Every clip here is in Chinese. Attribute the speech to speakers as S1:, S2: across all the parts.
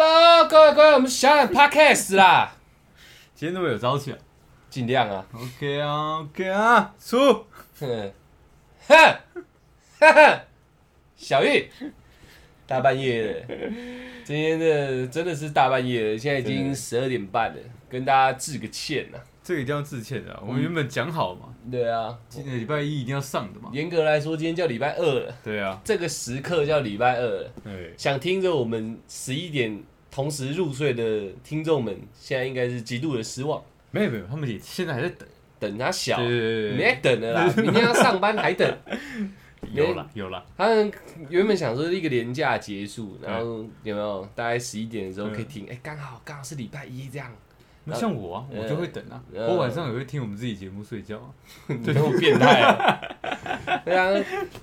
S1: 位各位，我们想想 podcast 啦，
S2: 今天那么有朝气啊
S1: 尽量啊，
S2: ？OK 啊，OK 啊，出。
S1: 哼，哼，哼哼，小玉，大半夜的，今天的真的是大半夜的，现在已经十二点半了，跟大家致个歉啊呐、
S2: 这个一定要致歉的啊、我们原本讲好嘛，
S1: 对啊，
S2: 今天礼拜一一定要上的嘛。
S1: 严格来说，今天叫礼拜二了，
S2: 对啊，
S1: 这个时刻叫礼拜二了。
S2: 对，
S1: 想听着我们十一点同时入睡的听众们，现在应该是极度的失望。
S2: 没有没有，他们也现在还在等。啊
S1: 等他小，
S2: 对对
S1: 你
S2: 对
S1: 在等了啦，明天要上班还等。
S2: 对，有了有了，
S1: 他们原本想说一个连假结束，然后有没有大概十一点的
S2: 嗯
S1: 时候可以听？哎、刚好刚好是礼拜一这样，
S2: 那像我啊，
S1: 呃
S2: 我就会等啊，
S1: 呃
S2: 我晚上也会听我们自己节目睡觉啊。
S1: 你那么变态 啊！对啊，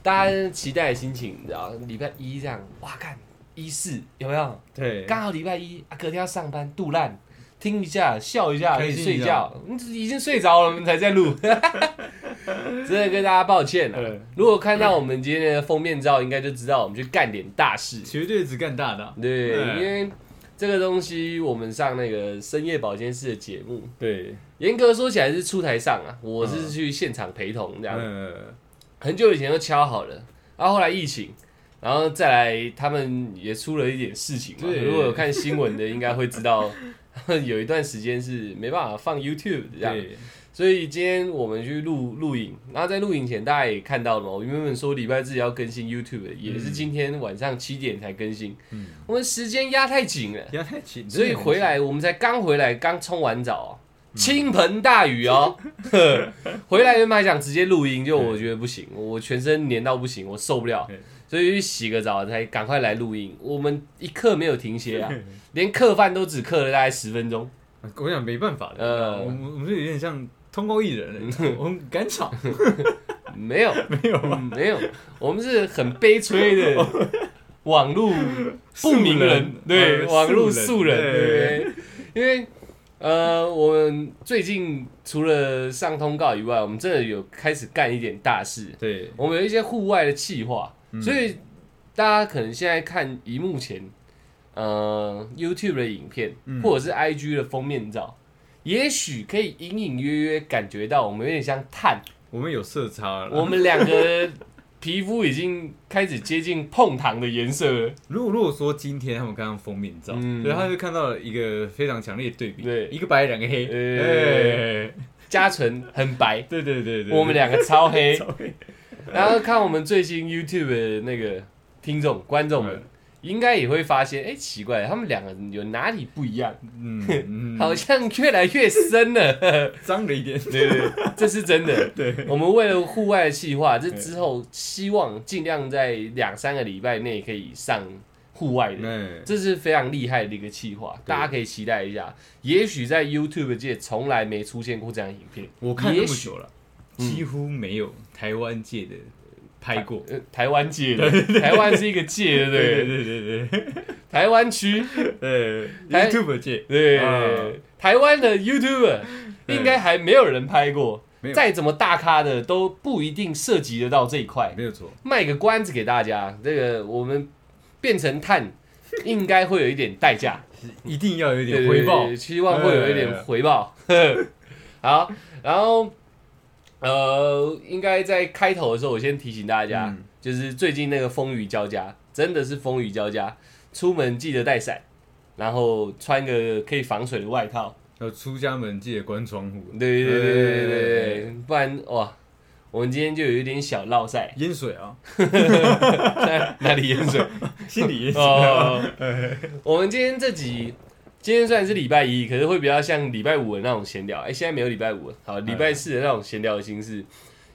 S1: 大家期待的心情，你知道，礼拜一这样，哇，看一四有没有？
S2: 对
S1: 刚好礼拜一啊，隔天要上班，肚烂，听一下笑一下，
S2: 开心一下
S1: 睡觉，你已经睡着了，我们才在 录，真的跟大家抱歉了
S2: 嗯。
S1: 如果看到我们今天的封面照，应该就知道我们去干点大事。
S2: 绝对只干大的啊、
S1: 对，
S2: 嗯
S1: 因为这个东西我们上那个深夜保健室的节目，
S2: 对，
S1: 严格说起来是出台上啊，我是去现场陪同这样。
S2: 呃，
S1: 很久以前就敲好了，然后后来疫情，然后再来他们也出了一点事情嘛。
S2: 对
S1: 如果有看新闻的，应该会知 道他们有一段时间是没办法放 YouTube 这样。
S2: 对，
S1: 所以今天我们去录录影，然后在录影前大家也看到了嘛，我原本说礼拜日要更新 YouTube，的也是今天晚上七点才更新。
S2: 嗯
S1: 我们时间压太紧了。
S2: 不要太紧，
S1: 所以回来我们才刚回来，刚冲完澡、哦，倾盆大雨哦。呵回来原本还想直接录音，就我觉得不行，我全身黏到不行，我受不了
S2: 对，
S1: 所以去洗个澡才赶快来录音。我们一刻没有停歇啊
S2: 对，
S1: 连客饭都只客了大概十分钟。
S2: 我想没办法的，
S1: 呃
S2: 我们我们就有点像通告艺人了 你知道吗，我们赶场，
S1: 没有，
S2: 没有
S1: 嗯没有，我们是很悲催 的网络不明人
S2: 素人，
S1: 对，
S2: 呃
S1: 网络素
S2: 素
S1: 人，
S2: 人
S1: 对，因为呃，我们最近除了上通告以外，我们真的有开始干一点大事，
S2: 对，
S1: 我们有一些户外的企划，
S2: 嗯
S1: 所以大家可能现在看荧幕前，呃，YouTube 的影片
S2: 嗯
S1: 或者是 IG 的封面照，也许可以隐隐约约感觉到我们有点像碳。
S2: 我们有色差了。
S1: 我们两个皮肤已经开始接近碰糖的颜色了。
S2: 如果如果说今天他们刚刚封面照，
S1: 嗯
S2: 对，他就看到了一个非常强烈的对比，
S1: 对
S2: 一个白两个黑，
S1: 哎
S2: 哎
S1: 嘉纯很白，
S2: 对对对对，
S1: 我们两个 超黑。
S2: OK，
S1: 然后看我们最新 YouTube 的那个听众观众们
S2: 嗯，
S1: 应该也会发现，哎，奇怪，他们两个有哪里不一样？
S2: 嗯嗯，
S1: 好像越来越深了。
S2: 脏了一 点，
S1: 对对，对这是真的。
S2: 对，
S1: 我们为了户外的计划，这之后希望尽量在两三个礼拜内可以上户外的。
S2: 哎，
S1: 这是非常厉害的一个企划，大家可以期待一下。也许在 YouTube 界从来没出现过这样的影片，
S2: 我看那
S1: 也
S2: 么
S1: 许
S2: 久了，几乎没有台湾界的拍过，
S1: 呃，台湾界的，台湾是一个界，对不
S2: 对
S1: 对？
S2: 对对对
S1: 台湾区，
S2: 对
S1: 台
S2: ，YouTube 界
S1: 对
S2: 啊，
S1: 台湾的 YouTuber
S2: 对
S1: 应该还没有人拍过
S2: 没，有
S1: 再怎么大咖的都不一定涉及得到这一块。
S2: 没有错，
S1: 卖个关子给大家，这个我们变成碳，应该会有一点代价。
S2: 一定要有一
S1: 对
S2: 点回报哎
S1: 对，期望会有一点回报。 好，然后呃，应该在开头的时候，我先提醒大家，
S2: 嗯
S1: 就是最近那个风雨交加，真的是风雨交加，出门记得带伞，然后穿个可以防水的外套。
S2: 要出家门记得关窗户，
S1: 对对对对对对
S2: 对，
S1: 对，不然哇。我们今天就有一点小落晒
S2: 淹水啊，
S1: 哪里淹水？
S2: 心里淹水啊，
S1: 哦， 我们今天这集，今天虽然是礼拜一，可是会比较像礼拜五的那种闲聊。哎、现在没有礼拜五了，好，礼拜四的那种闲聊的形式，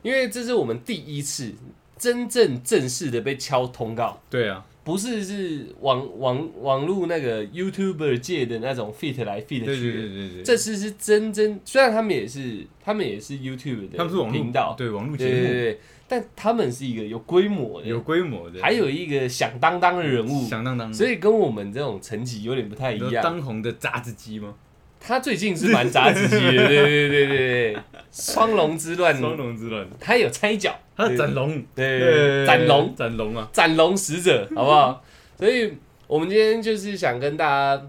S1: 因为这是我们第一次真正正式的被敲通告，
S2: 对啊，
S1: 不是是网网网络那个 YouTuber 界的那种 fit 来 fit 去
S2: 对
S1: 的。
S2: 对对对对，
S1: 这次是真真，虽然他们也是，他们也是 YouTube 的，
S2: 他们是网
S1: 频
S2: 络
S1: 道，
S2: 对网络
S1: 对对
S2: 节
S1: 对，对但他们是一个有规模
S2: 目
S1: 的，
S2: 有规模的，
S1: 还有一个响当当的人物，
S2: 响当当，
S1: 所以跟我们这种层级有点不太一
S2: 你说
S1: 样。
S2: 当红的杂志鸡吗？
S1: 他最近是蛮杂自己的， 对对对对对，双龙之乱，
S2: 双龙之乱，
S1: 他有拆脚，
S2: 他斩啊龙，
S1: 对对对 斩龙，
S2: 斩龙啊，
S1: 斩龙使者，好不好？所以我们今天就是想跟大家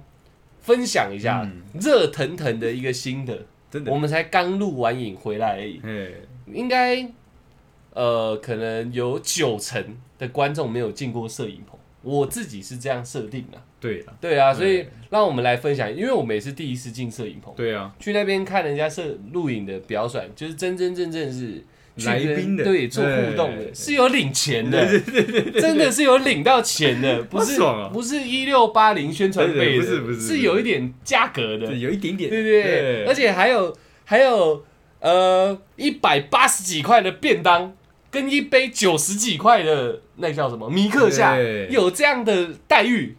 S1: 分享一下
S2: 嗯
S1: 热腾腾的一个心得。
S2: 真的
S1: 我，们才刚录完影回来而已，
S2: 哎，
S1: 应该呃，可能有九成的观众没有进过摄影棚，我自己是这样设定的、
S2: 对了，
S1: 对啊，所以
S2: 对
S1: 让我们来分享，因为我们也是第一次进摄影棚，
S2: 对啊，
S1: 去那边看人家摄录影的表演，就是真真正正是去
S2: 来
S1: 跟
S2: 宾的
S1: 对，做互
S2: 对
S1: 动
S2: 对
S1: 的，
S2: 对
S1: 是有领钱的，真的是有领到钱 的，不是
S2: 好爽啊
S1: 不是一六八零宣传
S2: 对
S1: 费
S2: 对
S1: 的，
S2: 不是不是
S1: 是有一点价格的
S2: 这，有一点点，
S1: 对对对，而且还有还有呃一百八十几块的便当，跟一杯九十几块的那叫什么米克夏，
S2: 对
S1: 有这样的待遇。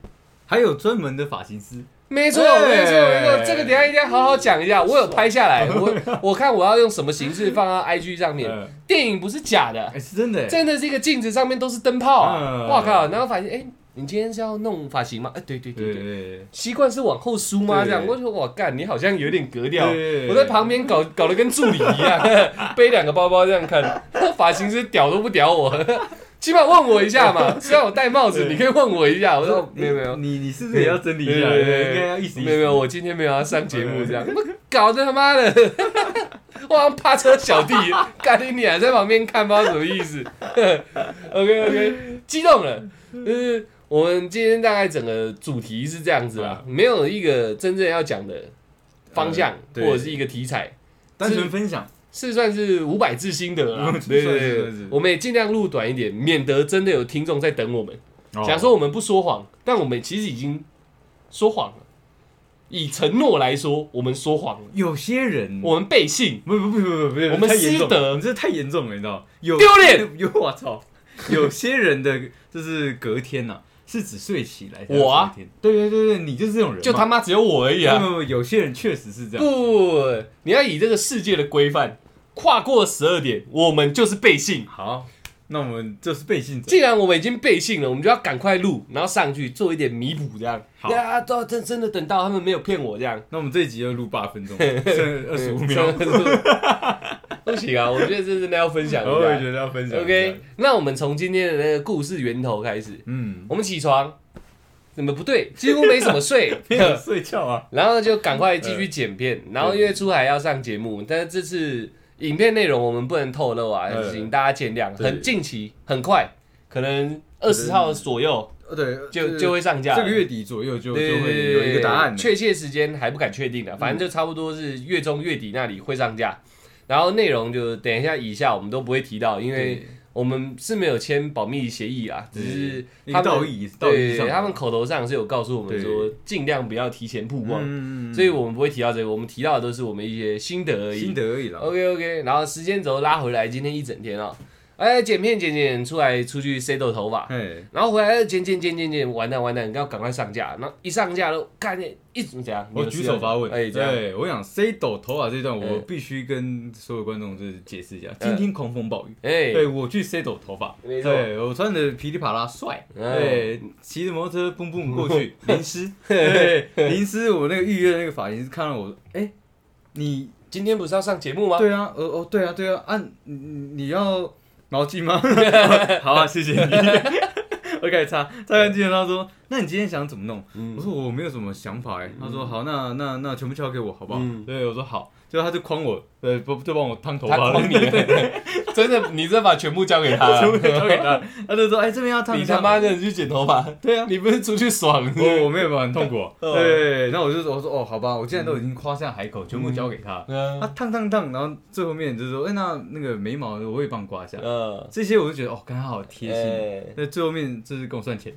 S2: 还有专门的发型师，
S1: 没错，
S2: 对
S1: 没错，没错，这个等一下一定要好好讲一下。我有拍下 来，我我看我要用什么形式放到 IG 上面。
S2: 嗯
S1: 电影不是假的
S2: 哎，，是真的，
S1: 真的是一个镜子上面都是灯泡啊！
S2: 嗯
S1: 哇靠！然后发现，哎，你今天是要弄发型吗？哎，对对对
S2: 对
S1: 对
S2: 对。对，
S1: 习惯是往后梳吗？
S2: 对
S1: 这样，我就说，哇，干，你好像有点格调
S2: 对。
S1: 我在旁边搞搞得跟助理一样， 背两个包包这样看，发型师屌都不屌我， 起码问我一下嘛。虽然我戴帽子，
S2: 对
S1: 你可以问我一下。我说
S2: 哎
S1: 哦没有没有，
S2: 你你是不是也要整理一
S1: 对
S2: 下？
S1: 对对对
S2: 应该要意思意思，
S1: 没有没有，我今天没有要上节目这样，我搞得他 妈的，我好像趴车小弟，干你娘在旁边看，不知道什么意思。OK OK，激动了，就是我们今天大概整个主题是这样子
S2: 啊
S1: 啦，没有一个真正要讲的方向、
S2: 呃
S1: 或
S2: 对
S1: 者是一个题材，
S2: 单纯分享，
S1: 是算是五百字心得 啦
S2: 嗯。
S1: 对对
S2: 算是
S1: 对
S2: 算是，
S1: 我们也尽量录短一点，免得真的有听众在等我们。假
S2: 假
S1: 如说我们不说谎，但我们其实已经说谎了。以承诺来说，我们说谎了，
S2: 有些人，
S1: 我们背信。
S2: 不不不不不不，
S1: 我们
S2: 太严
S1: 失
S2: 重
S1: 德
S2: 了你这太严重了，你知道？有
S1: 丢脸，
S2: 有我操！有些人的就是隔天呐、是只睡起来。
S1: 我啊，
S2: 对对对对，你就是这种人嘛，
S1: 就他妈只有我而已啊！
S2: 不不不，有些人确实是这样。
S1: 不，你要以这个世界的规范跨过十二点，我们就是背信。
S2: 好，那我们就是背信者。
S1: 既然我们已经背信了，我们就要赶快录，然后上去做一点弥补，这样。
S2: 好
S1: 对啊，到真真的等到他们没有骗我这样。
S2: 那我们这一集要录八分 钟，剩二十五秒，
S1: 不行啊！我觉得这真的要分享
S2: 然后我也
S1: 一
S2: 觉得要分
S1: 下。
S2: 享一下。
S1: OK，那我们从今天的那个故事源头开始。
S2: 嗯，
S1: 我们起床，怎么不对？几乎没怎么睡，
S2: 没有嗯睡觉 啊。
S1: 然后就赶快继续剪片。然后因为出海要上节目，但是这次影片内容我们不能透露啊，
S2: 嗯
S1: 请大家见谅。
S2: 对
S1: 很近期，很快，可能二十号左右
S2: 对，
S1: 就就会上架。
S2: 这个月底左右就就
S1: 对对
S2: 会
S1: 对
S2: 有一个答案。嗯
S1: 确切时间还不敢确定的，啊反正就差不多是月中月底那里会上架。然后内容就等一下，以下我们都不会提到，因为
S2: 对
S1: 我们是没有签保密协议啊，只是
S2: 嗯一
S1: 他
S2: 个
S1: 们
S2: 道义，道义
S1: 对，
S2: 上，
S1: 他们口头上是有告诉我们
S2: 对
S1: 说，尽量不要提前曝光，
S2: 嗯，
S1: 所以我们不会提到这个，我们提到的都是我们一些心得哦而已。
S2: 心得而已啦。
S1: OK OK，然后时间轴拉回来，今天一整天啊、哎，剪片剪剪出来，出去塞豆头发，
S2: 哎，
S1: 然后回来剪剪剪剪剪，完蛋完蛋，要赶快上架，然后一上架都看见一直怎样，
S2: 我
S1: 你有
S2: 哦举
S1: 事要
S2: 手发问，
S1: 哎，这样，
S2: 对我想 C 抖头发这段，我
S1: 嗯
S2: 必须跟所有观众就是解释一下，今天狂风暴雨。对
S1: 哎，
S2: 我去 C 抖头发，
S1: 没错
S2: 对我穿的噼里啪啦帅，
S1: 嗯
S2: 对，骑着摩托车蹦蹦过 去，淋湿，对，淋湿。我那个预约的那个发型师看到我，哎，你
S1: 今天不是要上节目吗？
S2: 对啊，哦哦，对啊，对啊，啊，你你要毛 巾吗？好啊，谢谢你。 我给擦，擦干净了。他说：“那你今天想怎么弄？”
S1: 嗯
S2: 我说：“我没有什么想法。”哎，他说：“好，那那那全部交给我，好不好？”
S1: 嗯
S2: 对，我说好。就他就诓我，对，不就帮我烫头
S1: 他
S2: 发，
S1: 诓你，真的，你这把全部交给他
S2: 全部
S1: 了，
S2: 交给他。 他就说：“哎，这边要烫一
S1: 你
S2: 下。”
S1: 他妈的你去剪头发，
S2: 对啊，哦
S1: 你不是出去爽是不是
S2: 我我没有办法很痛苦 啊。
S1: 嗯
S2: 对，那我就说：“我说哦，好吧，我既然都已经夸下海口，全部交给他。”他
S1: 嗯
S2: 烫烫烫，然后最后面就说：“哎，那那个眉毛我也帮你刮一下。”
S1: 嗯，
S2: 这些我就觉得哦，刚刚好贴心。
S1: 哎
S2: 那最后面就是跟我算钱，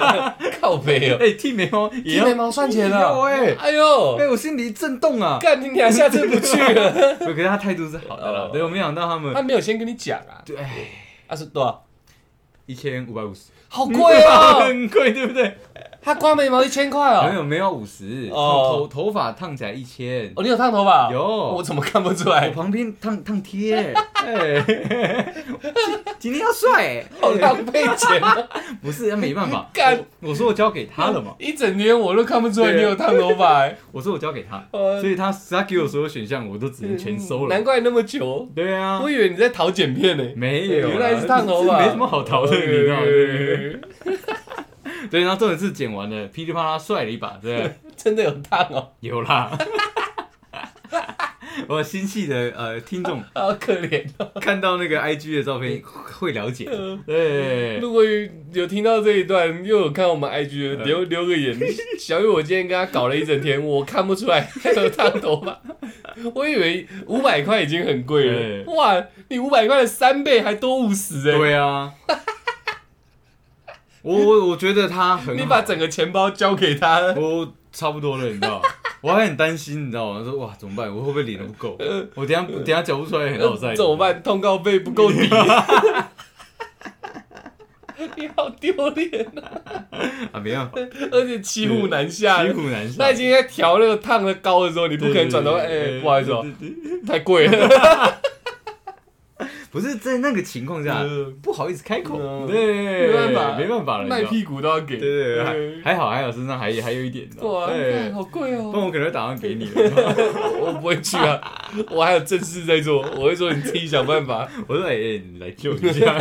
S1: 靠背哦，
S2: 哎，剃眉毛也
S1: 剃
S2: 要
S1: 眉毛算钱
S2: 也要
S1: 了，
S2: 哎
S1: 哎呦，
S2: 哎，我心里震动啊！
S1: 干你俩下次不去了，
S2: 不可是他态度是好的
S1: 哦
S2: 啦，对，我没想到他们
S1: 他没有先跟你讲啊，
S2: 对，哎，
S1: 他说多少？
S2: 一千五百五十，
S1: 好贵哦，
S2: 很贵，对不对？
S1: 他刮眉毛一千块
S2: 没
S1: 哦，
S2: 有没有五十，
S1: 哦
S2: 头头发烫起来一千，
S1: 哦，你有烫头发？
S2: 有
S1: 我怎么看不出
S2: 我
S1: 来？
S2: 旁边烫 烫贴，哎， 今今天要帅，
S1: 好浪费钱啊！
S2: 不是，没办法，
S1: 干
S2: 我我说我交给他 了嘛，
S1: 一整天我都看不出来你有烫头发哎，
S2: 我说我交给他，
S1: 呃
S2: 所以他他给我所有选项我 都只能全收
S1: 难
S2: 了，
S1: 怪那么久，
S2: 对啊，
S1: 我以为你在讨剪片呢。
S2: 没有啦，啊
S1: 原来是烫头啊 发，
S2: 这没什么好逃的，你 知道吗？对对对对，然后重点是剪完了，噼里啪啦帅了一把，对不对，
S1: 真的有烫哦，
S2: 有啦。 我新系的呃听众
S1: 好可怜哦。
S2: 看到那个 IG 的照片会了解，
S1: 嗯
S2: 对，
S1: 如果有听到这一段，又有看我们 IG
S2: 嗯
S1: 的留留个言， 小雨，我今天跟他搞了一整天，我看不出来他有烫头发， 我以为五百块已经很贵
S2: 对
S1: 了，哇，你五百块的三倍还多五十哎，
S2: 对啊。我我我觉得他很
S1: 你
S2: 好
S1: 把整个钱包交给他了，
S2: 我差不多了，你知道吗？我还很担心，你知道吗？说哇，怎么办？我会不会领的不够？我等一下等一下缴不出来，很好在
S1: 呃怎么？办？通告费不够抵。 你好丢脸啊！
S2: 啊，没办法，
S1: 而且骑虎难下，
S2: 骑虎难下。
S1: 啊那已经在调那个烫的高的时候，你不
S2: 对
S1: 可能转头，
S2: 对
S1: 哎、
S2: 对对
S1: 不好意思哦、
S2: 对对对
S1: 太贵了。
S2: 不是在那个情况下
S1: 嗯
S2: 不好意思开口，
S1: 嗯
S2: 对，
S1: 没办法
S2: 没办法了，
S1: 卖
S2: 你知道
S1: 屁股都要给。
S2: 对对对，还还好还好，身上还还有一点，你知道
S1: 嗯哇，
S2: 吗
S1: 看
S2: 对，
S1: 好贵哦、
S2: 不然我可能会打算给你了。
S1: 我不会去啊， 我还有正事在做，我会说你自己想办 法。
S2: 我说哎，哎你来救 一下。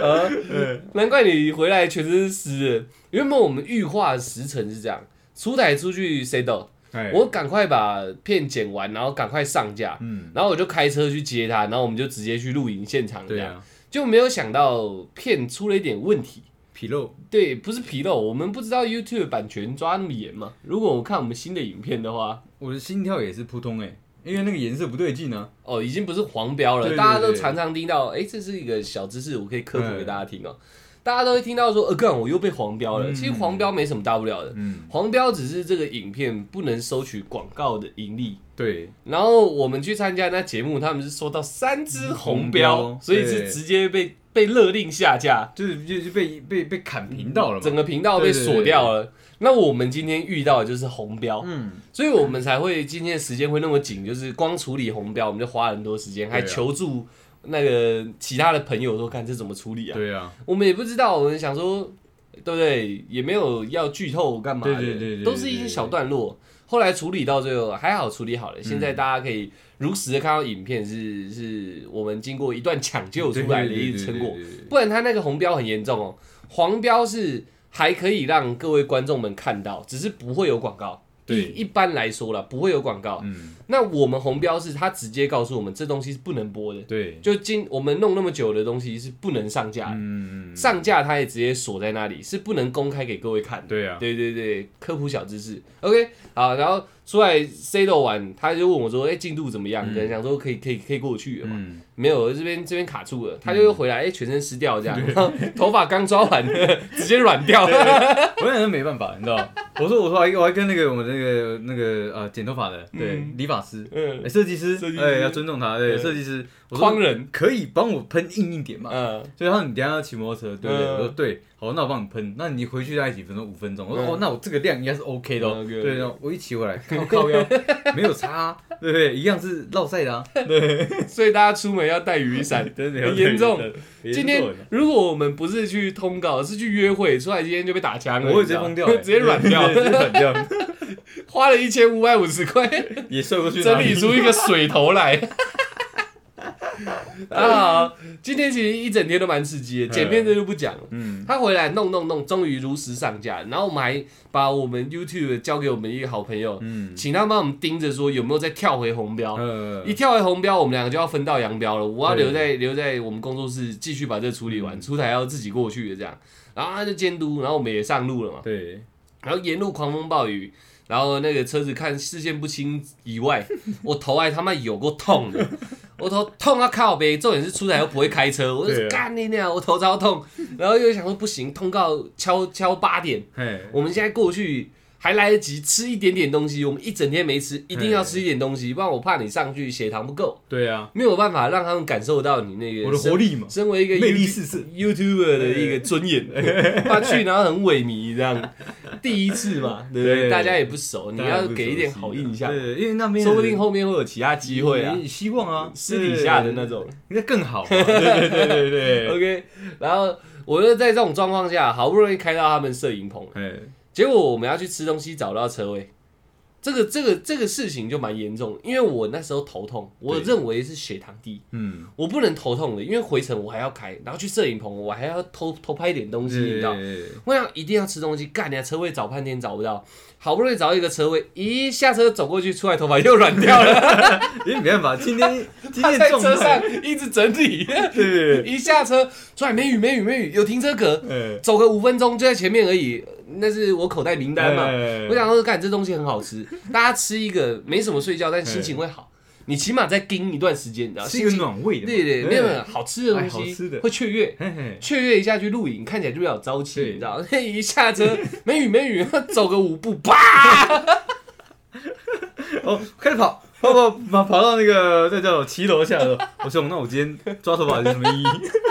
S1: 啊，
S2: 对
S1: 难怪你回来全身是湿的。原本我们预化的时辰是这样，出台出去 say 到，
S2: 哎
S1: 我赶快把片剪完，然后赶快上架，
S2: 嗯，
S1: 然后我就开车去接他，然后我们就直接去露营现场这
S2: 对
S1: 样，
S2: 啊，
S1: 就没有想到片出了一点问题。
S2: 纰漏
S1: 对，不是纰漏，我们不知道 YouTube 版权抓那么严嘛。如果我看我们新的影片的话，
S2: 我的心跳也是扑通哎，因为那个颜色不对劲啊。
S1: 哦，已经不是黄标了，
S2: 对对
S1: 大家都
S2: 对
S1: 常常听到，哎、这是一个小知识，我可以科普给大家听哦、大家都会听到说，呃，干，我又被黄标了。
S2: 嗯
S1: 其实黄标没什么大不了的，
S2: 嗯，
S1: 黄标只是这个影片不能收取广告的盈利。
S2: 对，
S1: 然后我们去参加那节目，他们是收到三支红标，
S2: 红标
S1: 所以是
S2: 对
S1: 直接被被勒令下架，
S2: 就是就是被被被砍频道了嘛
S1: 整。个频道被
S2: 对对对
S1: 锁掉了。那我们今天遇到的就是红标，
S2: 嗯，
S1: 所以我们才会今天的时间会那么紧，就是光处理红标，我们就花了很多时间，
S2: 对啊
S1: 还求助那个其他的朋友说，看这怎么处理啊？
S2: 对啊，
S1: 我们也不知道，我们想说，对不对？也没有要剧透干嘛的，
S2: 对对对对对
S1: 都是一些小段落。后来处理到最后还好处理
S2: 嗯
S1: 好了，现在大家可以如实的看到影片是是我们经过一段抢救出来的一个成果，
S2: 对。对对对对对
S1: 不然它那个红标很严重哦，黄标是还可以让各位观众们看到，只是不会有广告。
S2: 对
S1: 一一般来说啦，不会有广告。
S2: 嗯，
S1: 那我们红标是它直接告诉我们这东西是不能播的，
S2: 对，
S1: 就今我们弄那么久的东西是不能上架的，
S2: 嗯，
S1: 上架它也直接锁在那里，是不能公开给各位看的。
S2: 对啊，
S1: 对对对，科普小知识。OK，好，然后出来 C 斗完，他就问我说：“哎、进度怎么样？”可能想说可以可以可以过去了嘛。
S2: 嗯，
S1: 没有，这边这边卡住了，他就又回来，哎、全身湿掉这样，然后头发刚抓完， 直接软掉了。
S2: 我想是没办法，你知道吗？我说我说我还我还跟那个我们那个那个呃剪头发的，对，
S1: 嗯
S2: 理发师。
S1: 嗯
S2: 哎，设计师
S1: 设计，师
S2: 哎，要尊重他。对，
S1: 对
S2: 设计师，我
S1: 框
S2: 说
S1: 人，
S2: 可以帮我喷硬一点嘛？
S1: 嗯，
S2: 所以他说你等一下要骑摩托车，对不对？
S1: 嗯
S2: 我说对，好，那我帮你喷。那你回去大概几分钟？五分钟。我说
S1: 嗯
S2: 哦，那我这个量应该是 OK 的哦。
S1: 嗯，OK，OK
S2: 对，然后我一骑回来，靠靠腰，没有差啊，对不对？一样是绕赛的啊，
S1: 所以大家出门要带雨 伞。
S2: 真的
S1: 很严重啊今
S2: 今
S1: 天如果我们不是去通告，是去约会，出来今天就被打枪了，
S2: 我会
S1: 你知
S2: 直接
S1: 道吗，
S2: 疯掉 欸
S1: 直接软掉
S2: 对，直接软掉，
S1: 花了一千五百五十 块
S2: 也睡不去哪
S1: 整
S2: 里。
S1: 理出一个水头来。 啊，今天其实一整天都蛮刺激的，剪片这就不讲了。
S2: 嗯，
S1: 他回来弄弄弄，终于如实上架，然后我们还把我们 YouTube 交给我们一个好朋友，
S2: 嗯
S1: 请他帮我们盯着说有没有再跳回红标。
S2: 呃
S1: 一跳回红标，我们两个就要分道扬镳了。我要
S2: 对嗯
S1: 留在留在我们工作室继续把这处理完，出台要自己过去的这样。然后他就监督，然后我们也上路了嘛。
S2: 对，
S1: 然后沿路狂风暴雨，然后那个车子看视线不清以外， 我头还他妈有够痛 的，我头痛啊靠呗！重点是出来又不会开车，我就
S2: 对啊
S1: 干你娘，我头超痛。然后又想说不行，通告敲敲八点，
S2: 嘿，
S1: 我们现在过去还来得及吃一点点东西，我们一整天没吃，一定要吃一点东西，不然我怕你上去血糖不够，
S2: 对啊，
S1: 没有办法让他们感受到你那个
S2: 我的
S1: 身
S2: 活力嘛，
S1: 身为一个
S2: 魅力
S1: YouTube-
S2: 四射
S1: YouTuber 的一个尊 严，他去然后很萎靡这样，第一次嘛，对不对？
S2: 对
S1: 大家也不熟，你要给一点好印象，
S2: 对，因为那边
S1: 说不定后面会有其他机会啊，
S2: 你希望啊，
S1: 私底下的那种。
S2: 那更好 嘛，对对对对对，
S1: OK，然后我就在这种状况下，好不容易开到他们摄影棚了，
S2: 哎，
S1: 结果我们要去吃东西，找不到车位，这个这个这个事情就蛮严重的，因为我那时候头痛，我
S2: 对
S1: 认为是血糖低，
S2: 嗯，
S1: 我不能头痛的，因为回程我还要开，然后去摄影棚我还要偷偷拍一点东西，你知道。
S2: 对
S1: 我想一定要吃东西，干你、啊、车位找半天找不到，好不容易找到一个车位，一下车走过去，出来头发又软掉 了，
S2: 因为没办法，今天今
S1: 他
S2: 天
S1: 在
S2: 重
S1: 车上
S2: 担，
S1: 一直整理，
S2: 对，
S1: 一下车出来没雨没雨没雨，有停车格，
S2: 呃，
S1: 走个五分钟就在前面而已，那是我口袋名单嘛，
S2: 哎
S1: 我想说，干这东西很好吃，大家吃一个没什么睡觉，但心情会好。你起码再盯一段时间，你知道，
S2: 是一
S1: 心
S2: 个
S1: 情
S2: 暖胃的嘛，
S1: 对对，没有没有好吃的东
S2: 哎好吃
S1: 西
S2: 的
S1: 会雀跃，
S2: 嘿嘿，
S1: 雀跃一下去露营，看起来就比较有朝气，
S2: 对
S1: 你知道？ 一下车没雨没雨，走个五步，啪！
S2: 哦，开始跑，跑跑跑跑到那个那叫什么骑楼下了。我说，那我今天抓头发有什么意义？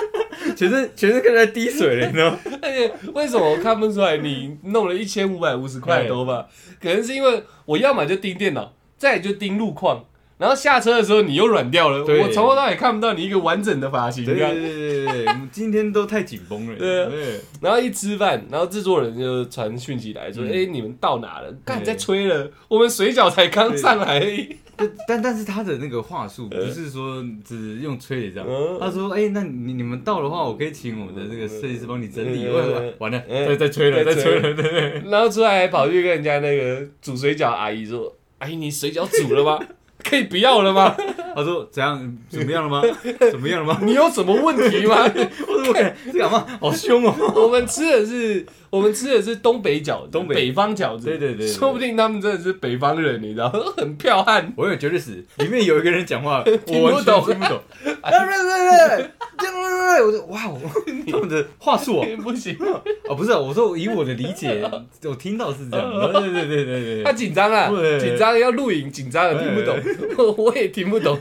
S2: 全身全身开始在滴水了，你 知道吗？
S1: 而且为什么我看不出来你弄了一千五百五十块多吧？可能是因为我要么就盯电脑，再来就盯路况。然后下车的时候你又软掉了，
S2: 对
S1: 我从头到尾看不到你一个完整的发型，
S2: 对
S1: 这样
S2: 对对对对，我们 今天都太紧绷了。
S1: 对啊
S2: 对，
S1: 然后一吃饭，然后制作人就传讯息来说：“哎、
S2: 嗯
S1: 你们到哪了？干
S2: 对
S1: 在吹了，我们水饺才刚上来而已。
S2: 但但但是他的那个话术不是说只用吹的这
S1: 嗯
S2: 样，他说，哎，那你你们到的话，我可以请我们的那个设计师帮你整理。
S1: 嗯
S2: 完了完了，
S1: 嗯
S2: 再再吹了，
S1: 再
S2: 再
S1: 吹
S2: 吹了， 对对。”
S1: 然后出来还跑去跟人家那个煮水饺阿姨说：“阿姨，你水饺煮了 吗？可以不要了吗？
S2: 他说怎样怎么样 了吗？怎么样了吗？
S1: 你有什么问题 吗？
S2: 我说我感这个阿嬷好凶哦。
S1: 我们吃的是我们吃的是东北饺子，
S2: 东
S1: 北
S2: 北
S1: 方饺子，
S2: 对对对对
S1: 说不定他们真的是北方人，你知道，很彪悍。
S2: 我有绝对死，里面有一个人讲话，
S1: 听
S2: 我
S1: 不
S2: 完全
S1: 懂
S2: 听 不懂。啊，对对对，对对对，我说哇，哦， 他们的话术哦，
S1: 不行，
S2: 哦不是，我说以我的理解，我听到是这 样。对对对对对
S1: 他
S2: 对，
S1: 紧张啊，
S2: 对
S1: 紧张要录影，紧张了啊听不懂，我 我也听不 懂，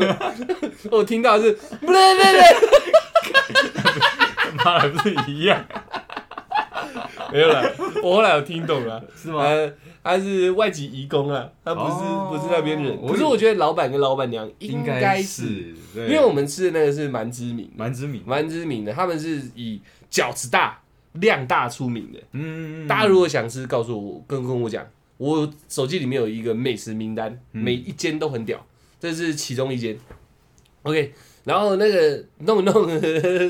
S1: 我听到的是 不对不对，
S2: 妈的不是一样
S1: 没有了，我后来有听懂了，
S2: 是吗？
S1: 他他是外籍移工啊，他不是
S2: 哦
S1: 不是那边人，
S2: 我以为
S1: 可是我觉得老板跟老板娘应该
S2: 该
S1: 是，，因
S2: 因
S1: 为我们吃的那个是蛮知名的，
S2: 蛮知名，
S1: 蛮知名的，他们是以饺子大量大出名的，
S2: 嗯，
S1: 大家如果想吃，告诉我，跟跟我讲，我手机里面有一个美食名单，
S2: 嗯
S1: 每一间都很屌，这是其中一间。OK，然后那个弄 一弄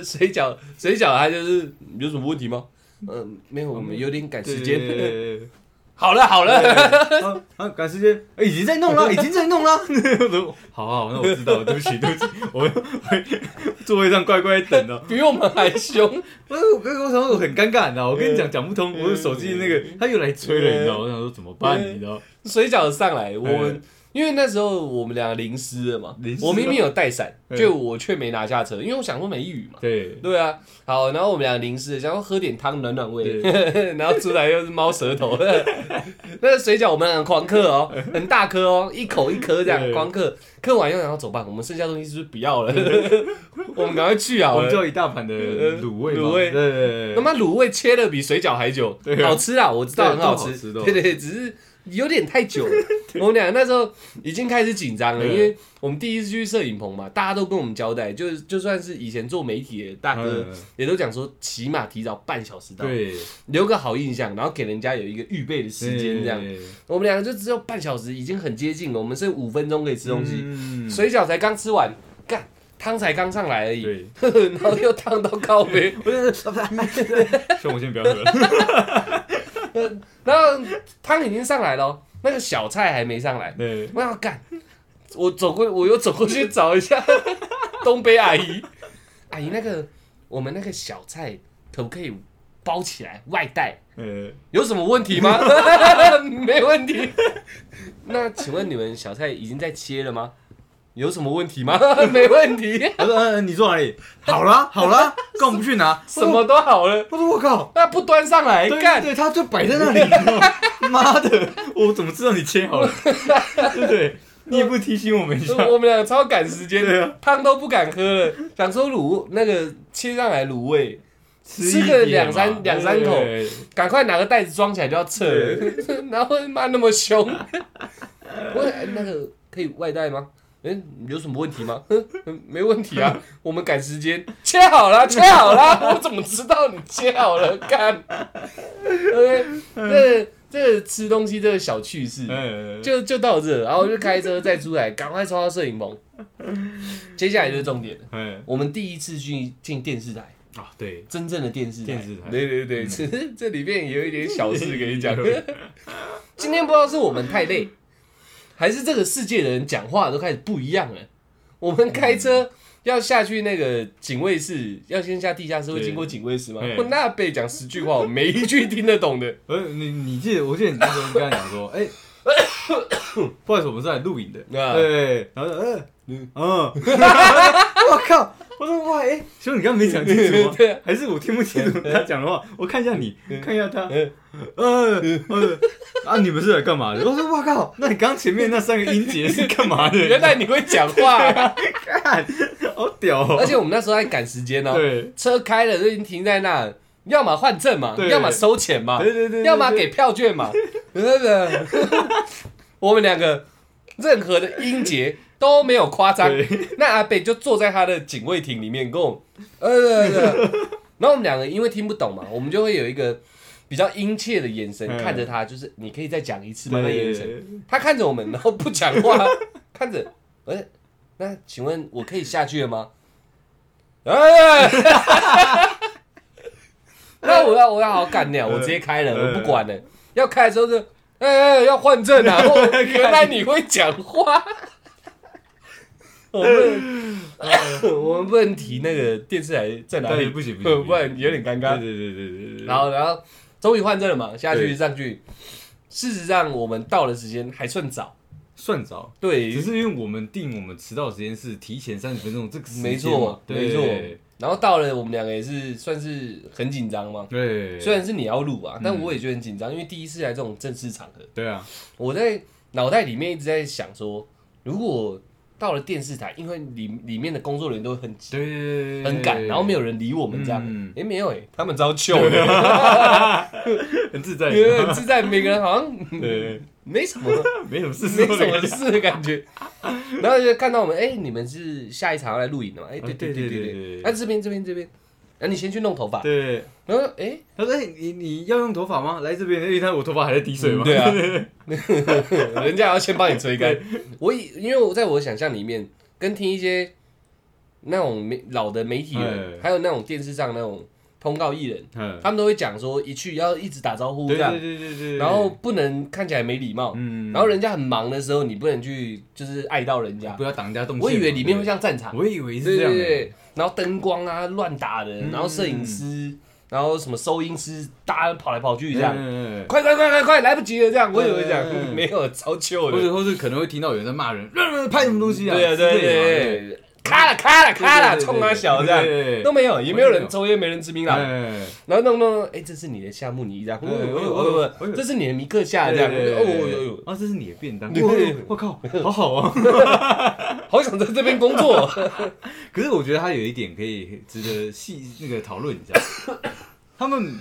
S1: 水饺，水饺它就是有什么问题吗？嗯、没有，我们有点赶时
S2: 对
S1: 间。
S2: 对对
S1: 好了好了，
S2: 对对啊啊，赶时间，哎已经在 弄了，已经在弄了。我说好好，那我知道， 对不起，对不起，我我座位上乖乖等哦。
S1: 比我们还凶。
S2: 我我跟我想说我很尴尬，你知道，我跟你讲讲不通，我的手机那个它又来催了，你知道，我想说怎么办，你知道，
S1: 水饺上来，我们
S2: 嗯
S1: 因为那时候我们两个淋湿了嘛
S2: 淋，湿了
S1: 我明明有带伞，
S2: 嗯
S1: 就我却没拿下车，因为我想说没雨嘛。
S2: 对
S1: 对啊，好，然后我们俩淋湿了，想要喝点汤暖暖胃， 然后出来又是猫舌头， 那个水饺我们很狂嗑哦，很大颗哦，一口一颗这样
S2: 对
S1: 狂嗑，嗑完又然后走吧，我们剩下东西是不是不要 了？我们赶快去啊！
S2: 我们就有一大盘的嗯卤味嘛，
S1: 卤味
S2: 对对
S1: 他
S2: 对，
S1: 妈卤味切的比水饺还久，
S2: 对啊
S1: 好吃啦，我知道
S2: 对
S1: 很好
S2: 都好
S1: 吃，
S2: 吃都好
S1: 对
S2: 吃
S1: 对，只是有点太 久了。我们俩那时候已经开始紧张了，
S2: 嗯
S1: 因为我们第一次去摄影棚嘛，大家都跟我们交代，就就算是以前做媒体的大哥
S2: 嗯，
S1: 也都讲说起码提早半小时到，
S2: 对
S1: 留个好印象，然后给人家有一个预备的时间这样。我们两个就只有半小时，已经很接近了，我们剩五分钟可以吃东西，
S2: 西
S1: 水饺才刚吃完，干汤才刚上来而已，
S2: 对，
S1: 然后又烫到高杯。
S2: 不是， 像我先不要喝了，
S1: 然后汤已经上来了哦，那个小菜还没上来。
S2: 对，
S1: 我要干，我走过，我又走过去找一下 东北阿姨。阿姨，那个我们那个小菜可不可以包起来外带？
S2: 呃，
S1: 有什么问题 吗？没问题。那请问你们小菜已经在切了吗？有什么问题 吗？没问题，
S2: 他说嗯，你坐哪里？好啦好啦，干嘛不去拿？
S1: 什么都好了。
S2: 我说？我说我靠！
S1: 那不端上来
S2: 对
S1: 干，
S2: 对，他就摆在 那里。你知道吗妈的，我怎么知道你切好了？对不对？你也不提醒我们一 下。
S1: 我们俩超赶时间
S2: 对啊，
S1: 汤都不敢喝了，想说卤那个切上来卤味，吃
S2: 一
S1: 个
S2: 点
S1: 两
S2: 嘛
S1: 三两三口
S2: 对
S1: 赶快拿个袋子装起来就要撤了， 然后妈那么凶，我那个可以外带吗？哎、有什么问题吗？ 哼嗯没问题啊，我们赶时间，切好了，切好了，我怎么知道你切好了？干，OK，这个这个这个吃东西这个小趣事，
S2: 嗯，
S1: 就就到这，然后我就开车再出来，赶快冲到摄影棚。接下来就是重点了，
S2: 嗯
S1: 我们第一次去进电视台，
S2: 啊，对，
S1: 真正的电视台。
S2: 电视台嗯
S1: 对对对，只是这里面有一点小事跟你讲。 今天不知道是我们太累，还是这个世界的人讲话都开始不一样了。我们开车要下去那个警卫室，要先下地下室，会
S2: 对
S1: 经过警卫室吗
S2: 对？
S1: 我那被讲十句话，我每一句听得懂的。
S2: 呃，你你记得，我记得你那时候跟他讲说， 哎，不好意思，我们是来录影的，
S1: 啊
S2: 对，然后说，呃，嗯，我靠， 我说哇，哎，兄弟，你刚刚没讲清楚吗
S1: 对 啊？
S2: 还是我听不清楚他讲的话？我看一下 你，看一下他，
S1: 嗯
S2: 呃呃，啊，你们是来干嘛的？我说我靠，那你刚前面那三个音节是干嘛的？
S1: 原来 你会讲话啊、
S2: 看， 好屌哦！
S1: 而且我们那时候还赶时间哦，
S2: 对
S1: 车开了就已经停在那，要么换证嘛，
S2: 对
S1: 要么收钱嘛，
S2: 对对对，
S1: 要么给票券嘛，真的， 我们两个任何的音节都没有夸张
S2: 对，
S1: 那阿北就坐在他的警卫艇里面跟我，呃，对对 对然后我们两个因为听不懂嘛，我们就会有一个比较殷切的眼神
S2: 嗯
S1: 看着他，就是你可以再讲一次吗？那眼神，
S2: 对，
S1: 他看着我们，然后不讲话， 看着，哎、那请问我可以下去了吗？哎、 那我要我要好干掉，我直接开了，
S2: 嗯
S1: 我不管了。要开的时候就，哎、哎、要换证 啊！我原来你会讲话。我们我们不能提那个电视台在哪里，
S2: 对不行不行
S1: 呃不然有点尴尬。
S2: 对对对对对，
S1: 然后，然后终于换证了嘛，下去
S2: 对
S1: 上去。事实上，我们到的时间还算早，
S2: 算早，
S1: 对，
S2: 只是因为我们定我们迟到时间是提前三十分钟，这个时间嘛
S1: 没错，没
S2: 对
S1: 错。然后到了，我们两个也是算是很紧张嘛。
S2: 对，嗯
S1: 虽然是你要录啊，但我也觉得很紧张，因为第一次来这种正式场合，
S2: 对啊，
S1: 我在脑袋里面一直在想说，如果到了电视台，因为里里面的工作人员都很急
S2: 对对对，
S1: 很赶，然后没有人理我们这样
S2: 嗯，
S1: 诶，没有诶，他们招旧 了，
S2: 有很自在，
S1: 因为自在每个人好像嗯
S2: 对，
S1: 没什么
S2: 没什么事，
S1: 没什么事的感觉。 然后就看到我们，哎、你们是下一场要来录影的嘛？哎、对
S2: 啊
S1: 对对对
S2: 对对对
S1: 对，
S2: 对
S1: 啊这边这边这边，啊你先去弄头发，
S2: 对。
S1: 然后说哎、
S2: 他说：“哎，你你要用头发吗？来这边，因哎为他我头发还在滴水嘛。
S1: 嗯对啊人家要先帮你吹干。我以因为我在我想象里面，跟听一些那种媒老的媒体人，
S2: 哎
S1: 还有那种电视上那种通告艺人，
S2: 嗯，
S1: 他们都会讲说一去要一直打招呼
S2: 对
S1: 这样
S2: 对，对对对。
S1: 然后不能看起来没礼貌，
S2: 嗯，
S1: 然后人家很忙的时候，你不能去就是碍到人家
S2: 不。要挡人家动线嘛。
S1: 我以为里面会像战场
S2: 对，。我以为
S1: 对
S2: 是这
S1: 对
S2: 样
S1: 对，
S2: 的。
S1: 对然后灯光啊乱打的，
S2: 嗯
S1: 然后摄影师，然后什么收音师，大家跑来跑去这样，
S2: 样
S1: 快快快快快，来不及了这样，我以为这样，
S2: 嗯
S1: 没有超糗
S2: 或
S1: 的，
S2: 者或者可能会听到有人在骂人，呃拍什么东西啊？
S1: 对啊对啊
S2: 之类的
S1: 对
S2: 嘛
S1: 啊，对啊咔啦咔啦咔啦，冲他小这样。
S2: 样
S1: 都没有，也没有人抽烟，没人吃槟榔，
S2: 哎，
S1: 然后弄弄，弄哎，这是你的夏目尼这样，哦
S2: 哎
S1: 哦
S2: 哎
S1: 哦
S2: 哎
S1: 哦这是你的米克夏这样，哦哦
S2: 有
S1: 哦
S2: 有啊，这是你的便 当，
S1: 对
S2: 哇 我靠，好好啊！
S1: 哦，好想在这边工作，
S2: 可是我觉得他有一点可以值得细那个讨论一 下，他们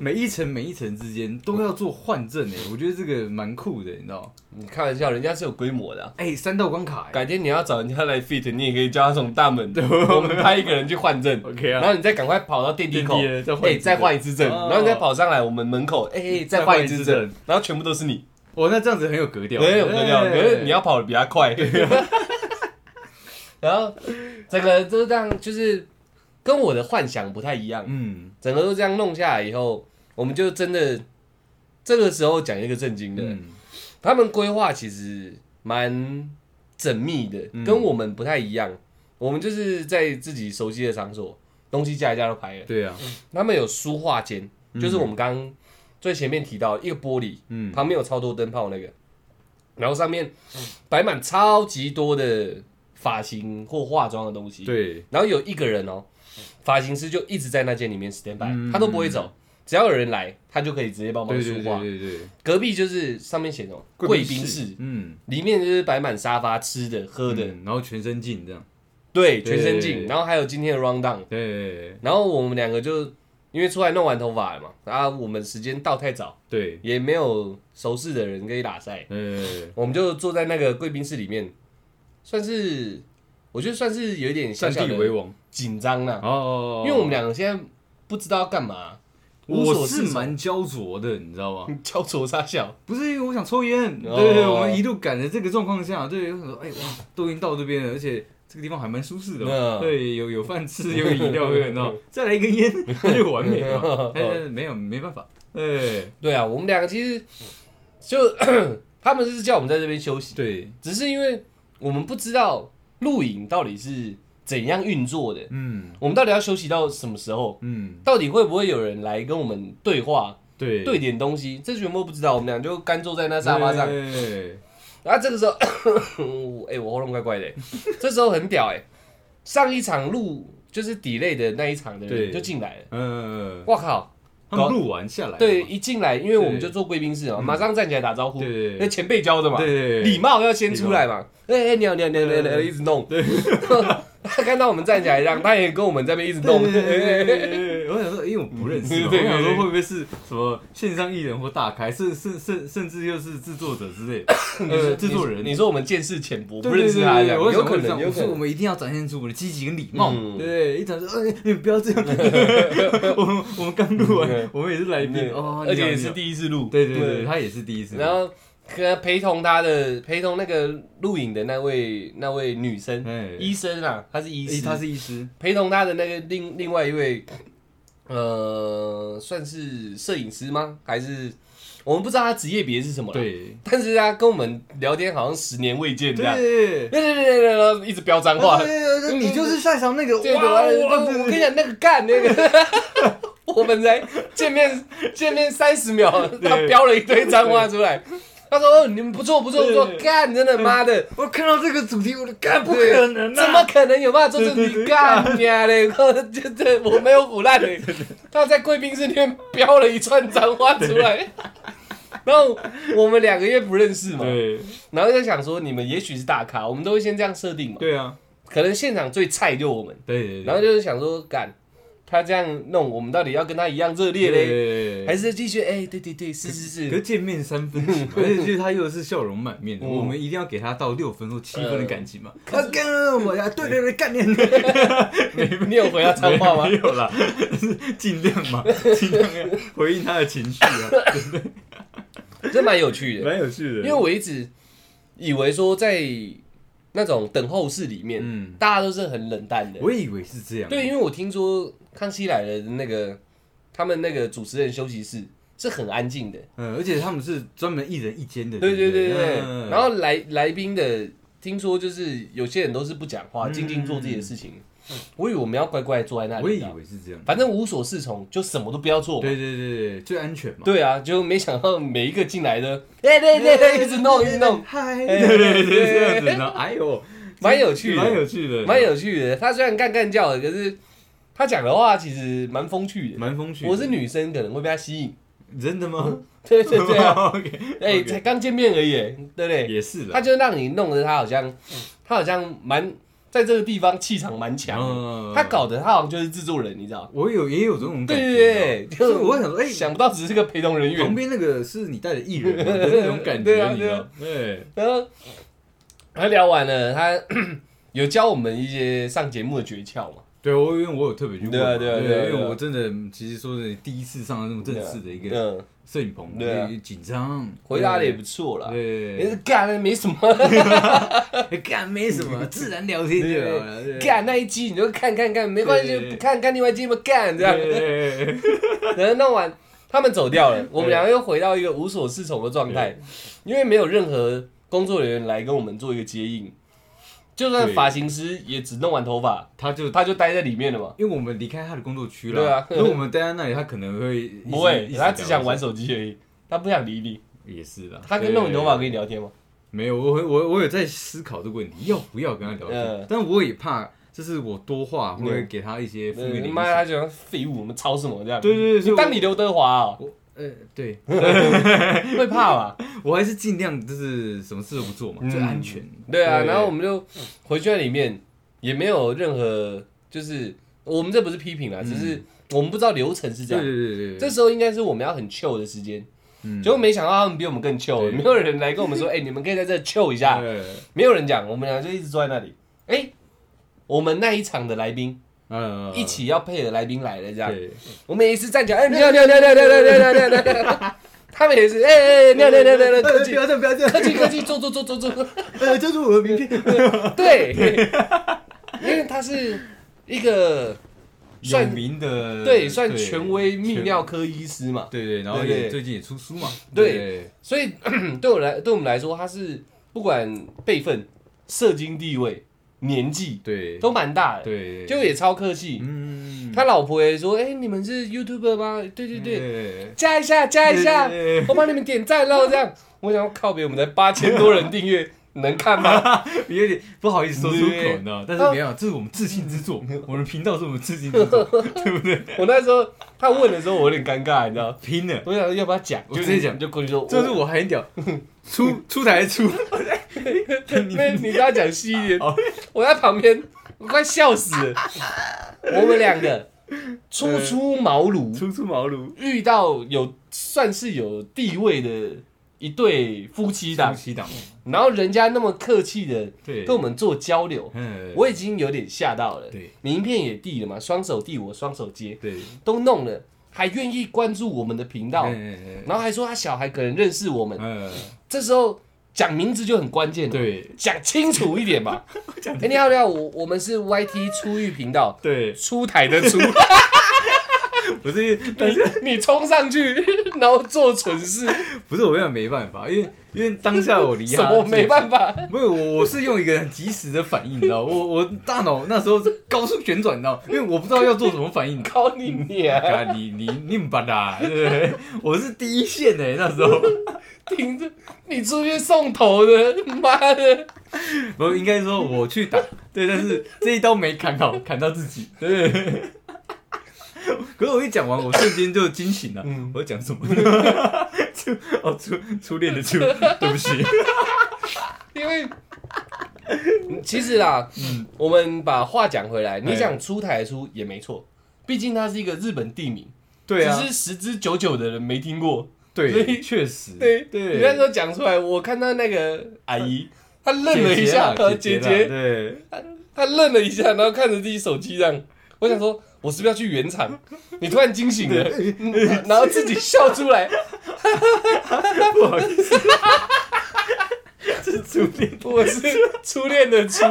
S2: 每一层每一层之间都要做换证哎，我觉得这个蛮酷的，你知道吗？
S1: 你开玩笑，人家是有规模的啊，
S2: 哎，三道关卡 哎
S1: 改天你要找人家来 fit，你也可以叫他从大门，我们派一个人去换证。
S2: ，OK 啊
S1: 然，后你再赶快跑到电梯口，
S2: 电梯了再换
S1: 哎
S2: 一次
S1: 再换一次证，
S2: 哦
S1: 然后你再跑上来我们门口，哎、哎再换一次
S2: 再换一
S1: 证
S2: 次，
S1: 然后全部都是你，
S2: 我哦那这样子很有格调，
S1: 很有格调，
S2: 哎
S1: 可是你要跑的比他 快。然后整个就这样，就是跟我的幻想不太一样，
S2: 嗯
S1: 整个都这样弄下来以后，我们就真的这个时候讲一个正经的，
S2: 嗯
S1: 他们规划其实蛮缜密的，
S2: 嗯
S1: 跟我们不太一样。我们就是在自己熟悉的场所，东西加一加都排了。
S2: 对啊，
S1: 他们有书画间，就是我们刚刚最前面提到一个玻璃，
S2: 嗯
S1: 旁边有超多灯泡那个，然后上面摆满超级多的发型或化妆的东西。，
S2: 对，
S1: 然后有一个人哦，发型师就一直在那间里面 stand by，、
S2: 嗯
S1: 他都不会走，只要有人来，他就可以直接帮忙
S2: 对
S1: 梳
S2: 对
S1: 化。
S2: 对对
S1: 隔壁就是上面写什么
S2: 对，
S1: 贵宾室，
S2: 嗯，
S1: 里面就是摆满沙发、吃的、喝的，
S2: 嗯然后全身镜这样，
S1: 对，
S2: 对
S1: 全身镜，然后还有今天的 round down，
S2: 对
S1: 然后我们两个就因为出来弄完头发了嘛，啊，我们时间到太早，
S2: 对，
S1: 也没有熟识的人可以打赛，
S2: 呃，
S1: 我们就坐在那个贵宾室里面，算是我觉得算是有一点小
S2: 占
S1: 小
S2: 地为
S1: 的
S2: 王
S1: 紧张啦，啊
S2: 哦，
S1: 因为我们两个现在不知道要干嘛，无
S2: 我
S1: 所
S2: 是
S1: 适从
S2: 蛮焦灼的，你知道吗？
S1: 焦灼傻笑，
S2: 不是因为我想抽烟，
S1: 哦
S2: 对，我们一路赶在这个状况下，对，我想说，哎哇，都已经到这边了，而且这个地方还蛮舒适的
S1: 嗯
S2: 哦，对，有有饭吃，有饮料喝，你知道吗，再来一根烟，那就完美了 嘛。但是没有，没办法，哎，
S1: 对啊，我们两个其实就 他们是叫我们在这边休息，
S2: 对，
S1: 只是因为我们不知道露营到底是怎样运作的，
S2: 嗯
S1: 我们到底要休息到什么时候？
S2: 嗯，
S1: 到底会不会有人来跟我们对话，
S2: 对
S1: 对，点东西？这全部不知道，我们俩就干坐在那沙发上。
S2: 对
S1: 然后这个时候， 哎、我喉咙怪怪的、这时候很屌哎、上一场录就是 delay 的那一场的人
S2: 对
S1: 就进来了，
S2: 呃，
S1: 哇靠！
S2: 他们录完下来了嘛，
S1: 对，一进来，因为我们就坐贵宾室啊，马上站起来打招呼，
S2: 嗯对
S1: 那前辈教的嘛，
S2: 对
S1: 礼貌要先出来嘛，哎哎，你好你好你好你好，一直弄， 他看到我们站起来，让他也跟我们这边一直弄，
S2: 对，我想说，因为我不认识嘛，
S1: 对
S2: 我想说会不会是什么线上艺人或大咖，甚甚甚甚至又是制作者之类的，呃，制作 人
S1: 你，说我们见识浅薄，
S2: 对
S1: 不认识他，这
S2: 对对
S1: 样
S2: 对我
S1: 有
S2: 想
S1: 可
S2: 说这样
S1: 能，有可
S2: 所以我
S1: 能，
S2: 们一定要展现出我们的积极跟礼貌
S1: 嗯，
S2: 对，一讲说，哎，你不要这样，我们我们刚录
S1: 嗯
S2: 完，我们也是来宾哦，
S1: 而且也
S2: 你
S1: 是
S2: 好，
S1: 第一次录，
S2: 你好对对对，他也是第一次，
S1: 然后跟陪同他的陪同那个录影的那位那位女生
S2: 哎
S1: 医生啊，她是医
S2: 诶
S1: 师，
S2: 他是医师，
S1: 陪同他的那个另另外一位，呃，算是摄影师吗？还是我们不知道他职业别是什么？，
S2: 对
S1: 但是他跟我们聊天好像十年未见这样，对
S2: 对，
S1: 对对对，然后一直飙脏话。
S2: 对你就是擅长那个，
S1: 对
S2: 哇，
S1: 的，
S2: 哇
S1: 我
S2: 哇
S1: 我跟你讲，那个干那个，我们才见面见面三十秒，他飙了一堆脏话出来。他说：“哦，你们不错不错不错，
S2: 对
S1: 干真的妈的，
S2: 我看到这个主题，我就干不
S1: 对
S2: 可能啊！
S1: 怎么可能有办法做这
S2: 对对
S1: 种
S2: 对
S1: 干你啊嘞？我这这我没有腐烂的。他在贵宾室里面飙了一串脏话出来，然后我们两个月不认识嘛，
S2: 对
S1: 然后就想说你们也许是大咖，我们都会先这样设定嘛，
S2: 对啊，
S1: 可能现场最菜就我们。”
S2: 对对对，
S1: 然后就是想说，干他这样弄，我们到底要跟他一样热烈嘞，
S2: 对
S1: 还是继续？哎，对对对，是是
S2: 可是
S1: 是，
S2: 见面三 分情嘛，而且就是他又是笑容满面的，
S1: 嗯
S2: 我们一定要给他到六分或七分的感情 嘛。
S1: 呃
S2: 他跟我呀，对对对，干 练的，
S1: 你有回他脏话吗
S2: 没？有啦，尽量 嘛，尽量要回应他的情绪啊，
S1: 这蛮有趣的，
S2: 蛮有趣的。
S1: 因为我一直以为说在那种等候室里面，
S2: 嗯，
S1: 大家都是很冷淡的。
S2: 我以为是这样，
S1: 对，因为我听说《康熙来了》的那个他们那个主持人休息室是很安静的，
S2: 嗯，而且他们是专门一人一间的，
S1: 对对
S2: 对
S1: 对
S2: 不
S1: 对。
S2: 嗯
S1: 然后来来宾的，听说就是有些人都是不讲话，静静做自己的事情。我以为我们要乖乖坐在那里，啊
S2: 嗯我也
S1: 你知
S2: 以
S1: 道吗
S2: 为是这样，
S1: 反正无所适从，就什么都不要做嘛。
S2: 对对对对，最安全嘛。
S1: 对啊，就没想到每一个进来 的，对对对 对，一直弄一直 弄，
S2: 嗨，
S1: 哎
S2: 对对对，这样子 呢，哎呦，
S1: 蛮有趣
S2: 蛮
S1: 的，
S2: 有趣的，
S1: 蛮有趣的。他虽然干干叫的，可是他讲的话其实蛮风趣的。
S2: 蛮风趣的。
S1: 我是女生，可能会被他吸引。
S2: 真的吗？
S1: 对对对啊，
S2: ，OK，
S1: 哎，才刚见面而已，对不对？
S2: 也是啊嗯
S1: 他
S2: 的。
S1: 就让你弄得他好像，他好像蛮在这个地方气场蛮强的。
S2: 嗯
S1: 他，搞得他好像就是制作人，你知道？
S2: 我有也有这种
S1: 对
S2: 感觉，啊
S1: 对对，
S2: 所以我
S1: 就
S2: 想说，哎，
S1: 想不到只是个陪同人员
S2: 旁。边那个是你带的艺人吗的那种 感
S1: 对啊
S2: 觉，你知道？对，
S1: 然后他聊完了，他 有教我们一些上节目的诀窍嘛？
S2: 对，我因为我有特别去问
S1: 对啊
S2: 嘛，
S1: 对啊
S2: 对
S1: 对啊对啊
S2: 因为我真的其实说真的第一次上那么正式的一个
S1: 嗯，
S2: 摄影棚，
S1: 对啊
S2: 也紧张，
S1: 回答的也
S2: 对
S1: 不错啊啦。也是
S2: 对，
S1: 干那没什么，啊
S2: 干没什么， 自然聊天就好了，对
S1: 干那一集你就看看看，没关
S2: 对对
S1: 系，
S2: 对
S1: 看看另外一集有没有干这样。
S2: 对对
S1: 然后弄完，他们走掉了，我们两个又回到一个无所适从的状态，因为没有任何工作人员来跟我们做一个接应，就算
S2: 对
S1: 发型师也只弄完头发，
S2: 他就
S1: 他就待在里面了嘛。
S2: 因为我们离开他的工作区了，
S1: 对啊
S2: 如果我们待在那里，他可能会一直
S1: 不会
S2: 一，直
S1: 他只想
S2: 聊
S1: 玩手机而已，他不想理你。
S2: 也是啦。
S1: 他跟弄你头发
S2: 对
S1: 跟你聊天吗？
S2: 没有，我会我我有在思考这个问题，要不要跟他聊天？
S1: 嗯
S2: 但我也怕，就是我多话会不会
S1: 嗯
S2: 给他一些负面
S1: 嗯
S2: 的影
S1: 妈，他
S2: 响。
S1: 就像废物，我们抄什么这样？
S2: 对对对
S1: 你
S2: 所以我
S1: 当你刘德华哦，
S2: 我呃，对
S1: 会怕吧？
S2: 我还是尽量就是什么事都不做嘛，最安全。
S1: 对啊，然后我们就回去在里面，也没有任何，就是我们这不是批
S2: 嗯
S1: 评啦，只是我们不知道流程是这
S2: 对
S1: 样。
S2: 对对对对，
S1: 这时候应该是我们要很 chill 的时间，
S2: 嗯
S1: 结果没想到他们比我们更 chill，
S2: 对嗯
S1: 没有人来跟我们 说，哎，你们可以在这 chill 一下，
S2: 对
S1: 没有人讲，我们俩就一直坐在那里。哎，我们那一场的来宾
S2: 嗯，
S1: 一起要配合来宾来的这样。
S2: 对，
S1: 我每一次站起来，哎、尿尿尿尿尿尿尿尿尿 尿，他们也是，哎、哎、哎尿尿尿尿尿，客
S2: 不
S1: 气
S2: 要这样，不要这样，
S1: 客气客气，坐坐坐坐坐。
S2: 呃，这是我的名片，
S1: 对，因为他是一个
S2: 有
S1: 算
S2: 名的，
S1: 对算权威泌
S2: 全
S1: 尿科医师嘛，
S2: 对对，然后
S1: 对对
S2: 也最近也出书嘛，
S1: 对
S2: 对
S1: 所以 对我来对我们来说，他是不管辈分、社经地位、年纪
S2: 对
S1: 都蛮大的，
S2: 对，
S1: 就也超客气。
S2: 嗯，
S1: 他老婆也说：“哎、你们是 YouTuber 吗？”对对对，
S2: 对
S1: 加一下，加一下
S2: 嗯对对对，
S1: 我帮你们点赞喽。这 样，我想要靠别，我们才八千多人订阅，能看吗？
S2: 对，有点不好意思说出口
S1: 对嗯
S2: 呢，但是没有，这是我们自信之作，我们频道是我们自信之作， 对不对？
S1: 我那时候他问的时候，我有点尴尬，你知道吗？
S2: 拼 了，
S1: 我想说要不要讲，
S2: 我直接讲
S1: 就过去说，
S2: 这是我还很屌，出出台出，
S1: 没你跟他讲细 一点
S2: 哦，
S1: 我在旁边，我快笑死 了。我们两个初出茅庐，
S2: 初出茅庐，
S1: 遇到有算是有地位的一对夫妻档
S2: 夫，妻档，
S1: 然后人家那么客气的
S2: 对，
S1: 跟我们做交流，
S2: 嗯，
S1: 我已经有点吓到了。
S2: 对
S1: 名片也递了嘛，双手递我，双手接，
S2: 对，
S1: 都弄了，还愿意关注我们的频道，
S2: 嗯
S1: 然后还说他小孩可能认识我们，
S2: 嗯，
S1: 这时候讲名字就很关键了。
S2: 对
S1: 讲清楚一点吧。哎、你好，你好，我我们是 YT 出狱频道，
S2: 对，
S1: 出台的出，
S2: 不是，但是
S1: 你冲上去， 然后做蠢事，
S2: 不是我跟你讲没办法，因为因为当下我离
S1: 什
S2: 他
S1: 么没办法？
S2: 不是我，我是用一个很及时的反应，你知道，我我大脑那时候是高速旋转，你知道，因为我不知道要做什么反应。
S1: 靠你娘！
S2: 啊，你你你们吧啦，对不对？我是第一线的、那时候，
S1: 听着，你出去送头的，妈的！
S2: 不应该说我去打，对，但是这一刀没砍好，砍到自己，对不对。可是我一讲完，我瞬间就惊醒了。
S1: 嗯
S2: 我讲什么？初哦初初恋的初，对 不起。
S1: 因为其实啦，我们把话讲回来，你讲出台出也没错，毕竟它是一个日本地名，
S2: 对啊
S1: 只，是十之九九的人没听过。所
S2: 对，
S1: 以
S2: 确实，
S1: 对
S2: 对。
S1: 你那时候讲出来，我看到那个阿姨，她愣了一
S2: 姐姐
S1: 下呃
S2: 啦，
S1: 姐
S2: 姐啦
S1: 姐，
S2: 对。
S1: 她愣了一下，然后看着自己手机这样，我想说。我是不是要去原厂？ 你突然惊醒了，嗯 然后自己笑出来。
S2: 不好意思， 这是初恋。
S1: 我是初恋的初，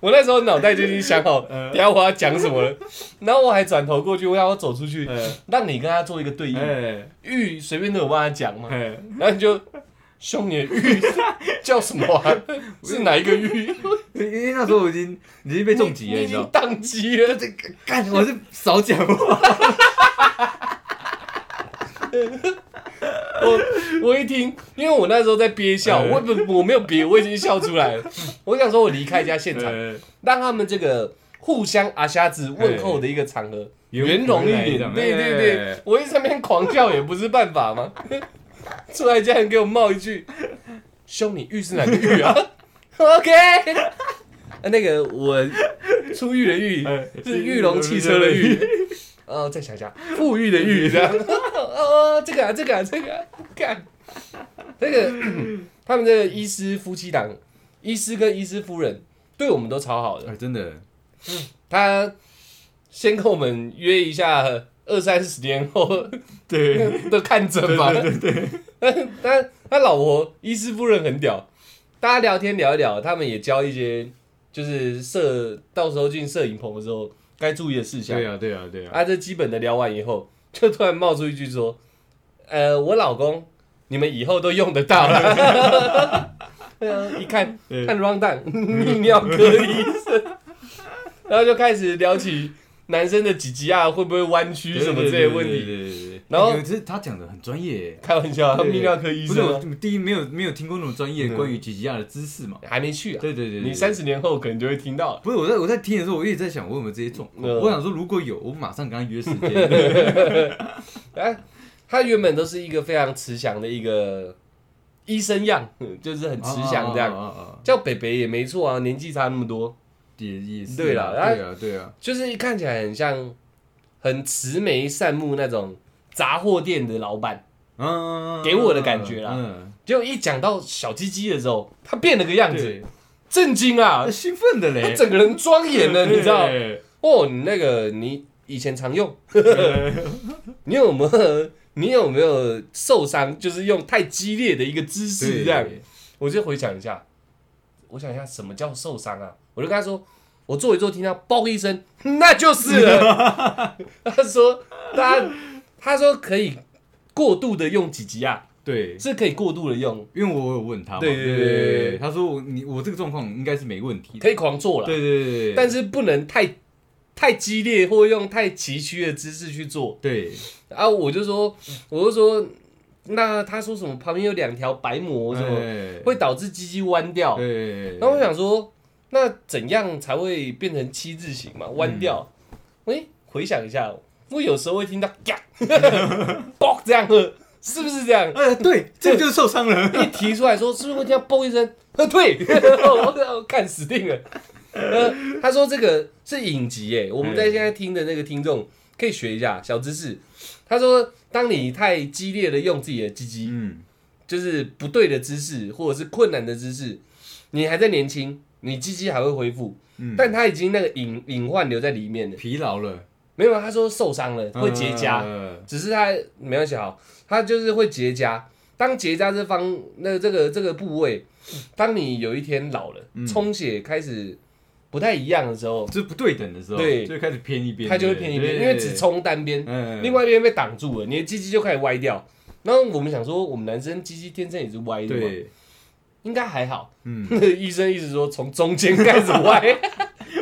S1: 我那时候脑袋就已经想好，
S2: 嗯
S1: 等一下我要讲什么了。然后我还转头过去，我要我走出去，
S2: 嗯
S1: 让你跟他做一个对应。
S2: 哎
S1: 玉随便都有帮他讲嘛，
S2: 哎，
S1: 然后你就凶你的玉叫什么 啊？是哪一个玉？
S2: 因为那时候我已经已经被重击了，
S1: 你已
S2: 你知
S1: 经
S2: 道？
S1: 宕机了。
S2: 干，我是少讲话。
S1: 我我一听，因为我那时候在憋笑，
S2: 嗯
S1: 我不我没有憋，我已经笑出来了。我想说，我离开一下现场，
S2: 哎
S1: 让他们这个互相阿瞎子问候的一个场合
S2: 圆
S1: 圆融一
S2: 回来这
S1: 点。
S2: 样
S1: 对对对
S2: 哎，
S1: 我一直在那边狂叫也不是办法嘛。 出来竟然给我冒一句：“兄，你玉是哪个玉啊 ？”OK，呃那个我出狱的狱
S2: 哎
S1: 是玉龙汽车的玉。呃，再想一下，富裕的裕这样。哦，这个啊，这个啊，这个啊，看这 个他们这个医师夫妻档，医师跟医师夫人对我们都超好的。
S2: 哎，真的，
S1: 他先跟我们约一下二三十年后
S2: 对，
S1: 的看诊吧。对对 他他老婆医师夫人很屌，大家聊天聊一聊，他们也教一些就是摄到时候进摄影棚的时候该注意的事项。
S2: 对啊，对啊，对啊，
S1: 啊，这基本的聊完以后，就突然冒出一句说：“呃，我老公，你们以后都用得到了。” 对啊，一看
S2: 对
S1: 看 round down 泌 尿科医生， 然后就开始聊起男生的几级啊，会不会弯曲什么这些问
S2: 对
S1: 题。
S2: 对对对对。
S1: 然后
S2: 哎可是他讲的很专业。
S1: 开玩笑啊，
S2: 对
S1: 泌尿科医
S2: 不是
S1: 生
S2: 我
S1: 啊嗯
S2: 第一没有没有听过那种专业关于吉吉亚的知识嘛？
S1: 还没去啊，
S2: 对对对，对
S1: 你三十年后可能就会听到了。
S2: 不是我在我在听的时候，我一直在想我有没有这些状况。
S1: 嗯
S2: 我想说如果有，我马上跟他约时间。
S1: 哎、他原本都是一个非常慈祥的一个医生样，就是很慈祥这样。
S2: 啊啊啊啊啊
S1: 叫北北也没错啊，年纪差那么多，
S2: 也也是
S1: 对
S2: 啦
S1: 啦，
S2: 对啊，对啊，
S1: 就是看起来很像很慈眉善目那种杂货店的老板，
S2: 嗯，
S1: 给我的感觉啦
S2: 嗯，
S1: 结果一讲到小鸡鸡的时候，他变了个样子，
S2: 对，
S1: 震惊啊
S2: 啊，兴奋的
S1: 他
S2: 嘞，
S1: 整个人庄严了，你知道？
S2: 对
S1: 哦，你那个你以前常用， 你有没有你有没有受伤？就是用太激烈的一个姿势这样。我就回想一下，我想一下什么叫受伤啊？我就跟他说，我做一做，听到嘣一声，那就是了。 他说他他说可以过度的用几级啊，
S2: 对，
S1: 是可以过度的用，
S2: 因为我有问他嘛，
S1: 对对对对对对
S2: 他说我你我这个状况应该是没问题的，
S1: 可以狂做了。
S2: 对对对对，
S1: 但
S2: 是
S1: 是不能太太激烈或用太崎岖的姿势去做。
S2: 对
S1: 啊，我就说，我就说，那他说什么旁边有两条白膜什么，
S2: 哎
S1: 会导致鸡鸡弯掉。
S2: 对，
S1: 然后我想说，那怎样才会变成七字形嘛，
S2: 嗯
S1: 弯掉？哎、回想一下，我有时候会听到嘎， 嘣这样，是不是这样？
S2: 哎对，这个就是受伤了，
S1: 一提出来说，是不是会听到嘣一声？呃，对， 我我看死定了。呃，他说这个是影集耶，我们在
S2: 嗯
S1: 现在听的那个听众可以学一下小知识。他说，当你太激烈的用自己的鸡鸡，
S2: 嗯，
S1: 就是不对的姿势或者是困难的姿势，你还在年轻，你鸡鸡还会恢复，
S2: 嗯
S1: 但他已经那个隐隐患留在里面了。
S2: 疲劳了，
S1: 没有，他说受伤了会结痂，
S2: 呃
S1: 只是它没关系好，它就是会结痂。当结痂这方那这个这个部位，当你有一天老了，
S2: 嗯
S1: 充血开始不太一样的时候，
S2: 就不对等的时候，
S1: 对
S2: 就会开始偏一边，
S1: 它就会偏一边，因为只
S2: 从
S1: 冲单边，另
S2: 外
S1: 外一边被挡住了，你的鸡鸡就开始歪掉。然后我们想说，我们男生鸡鸡天生也是歪的嘛，
S2: 对，
S1: 应该还好。
S2: 嗯，
S1: 医生一直说从中间开始歪，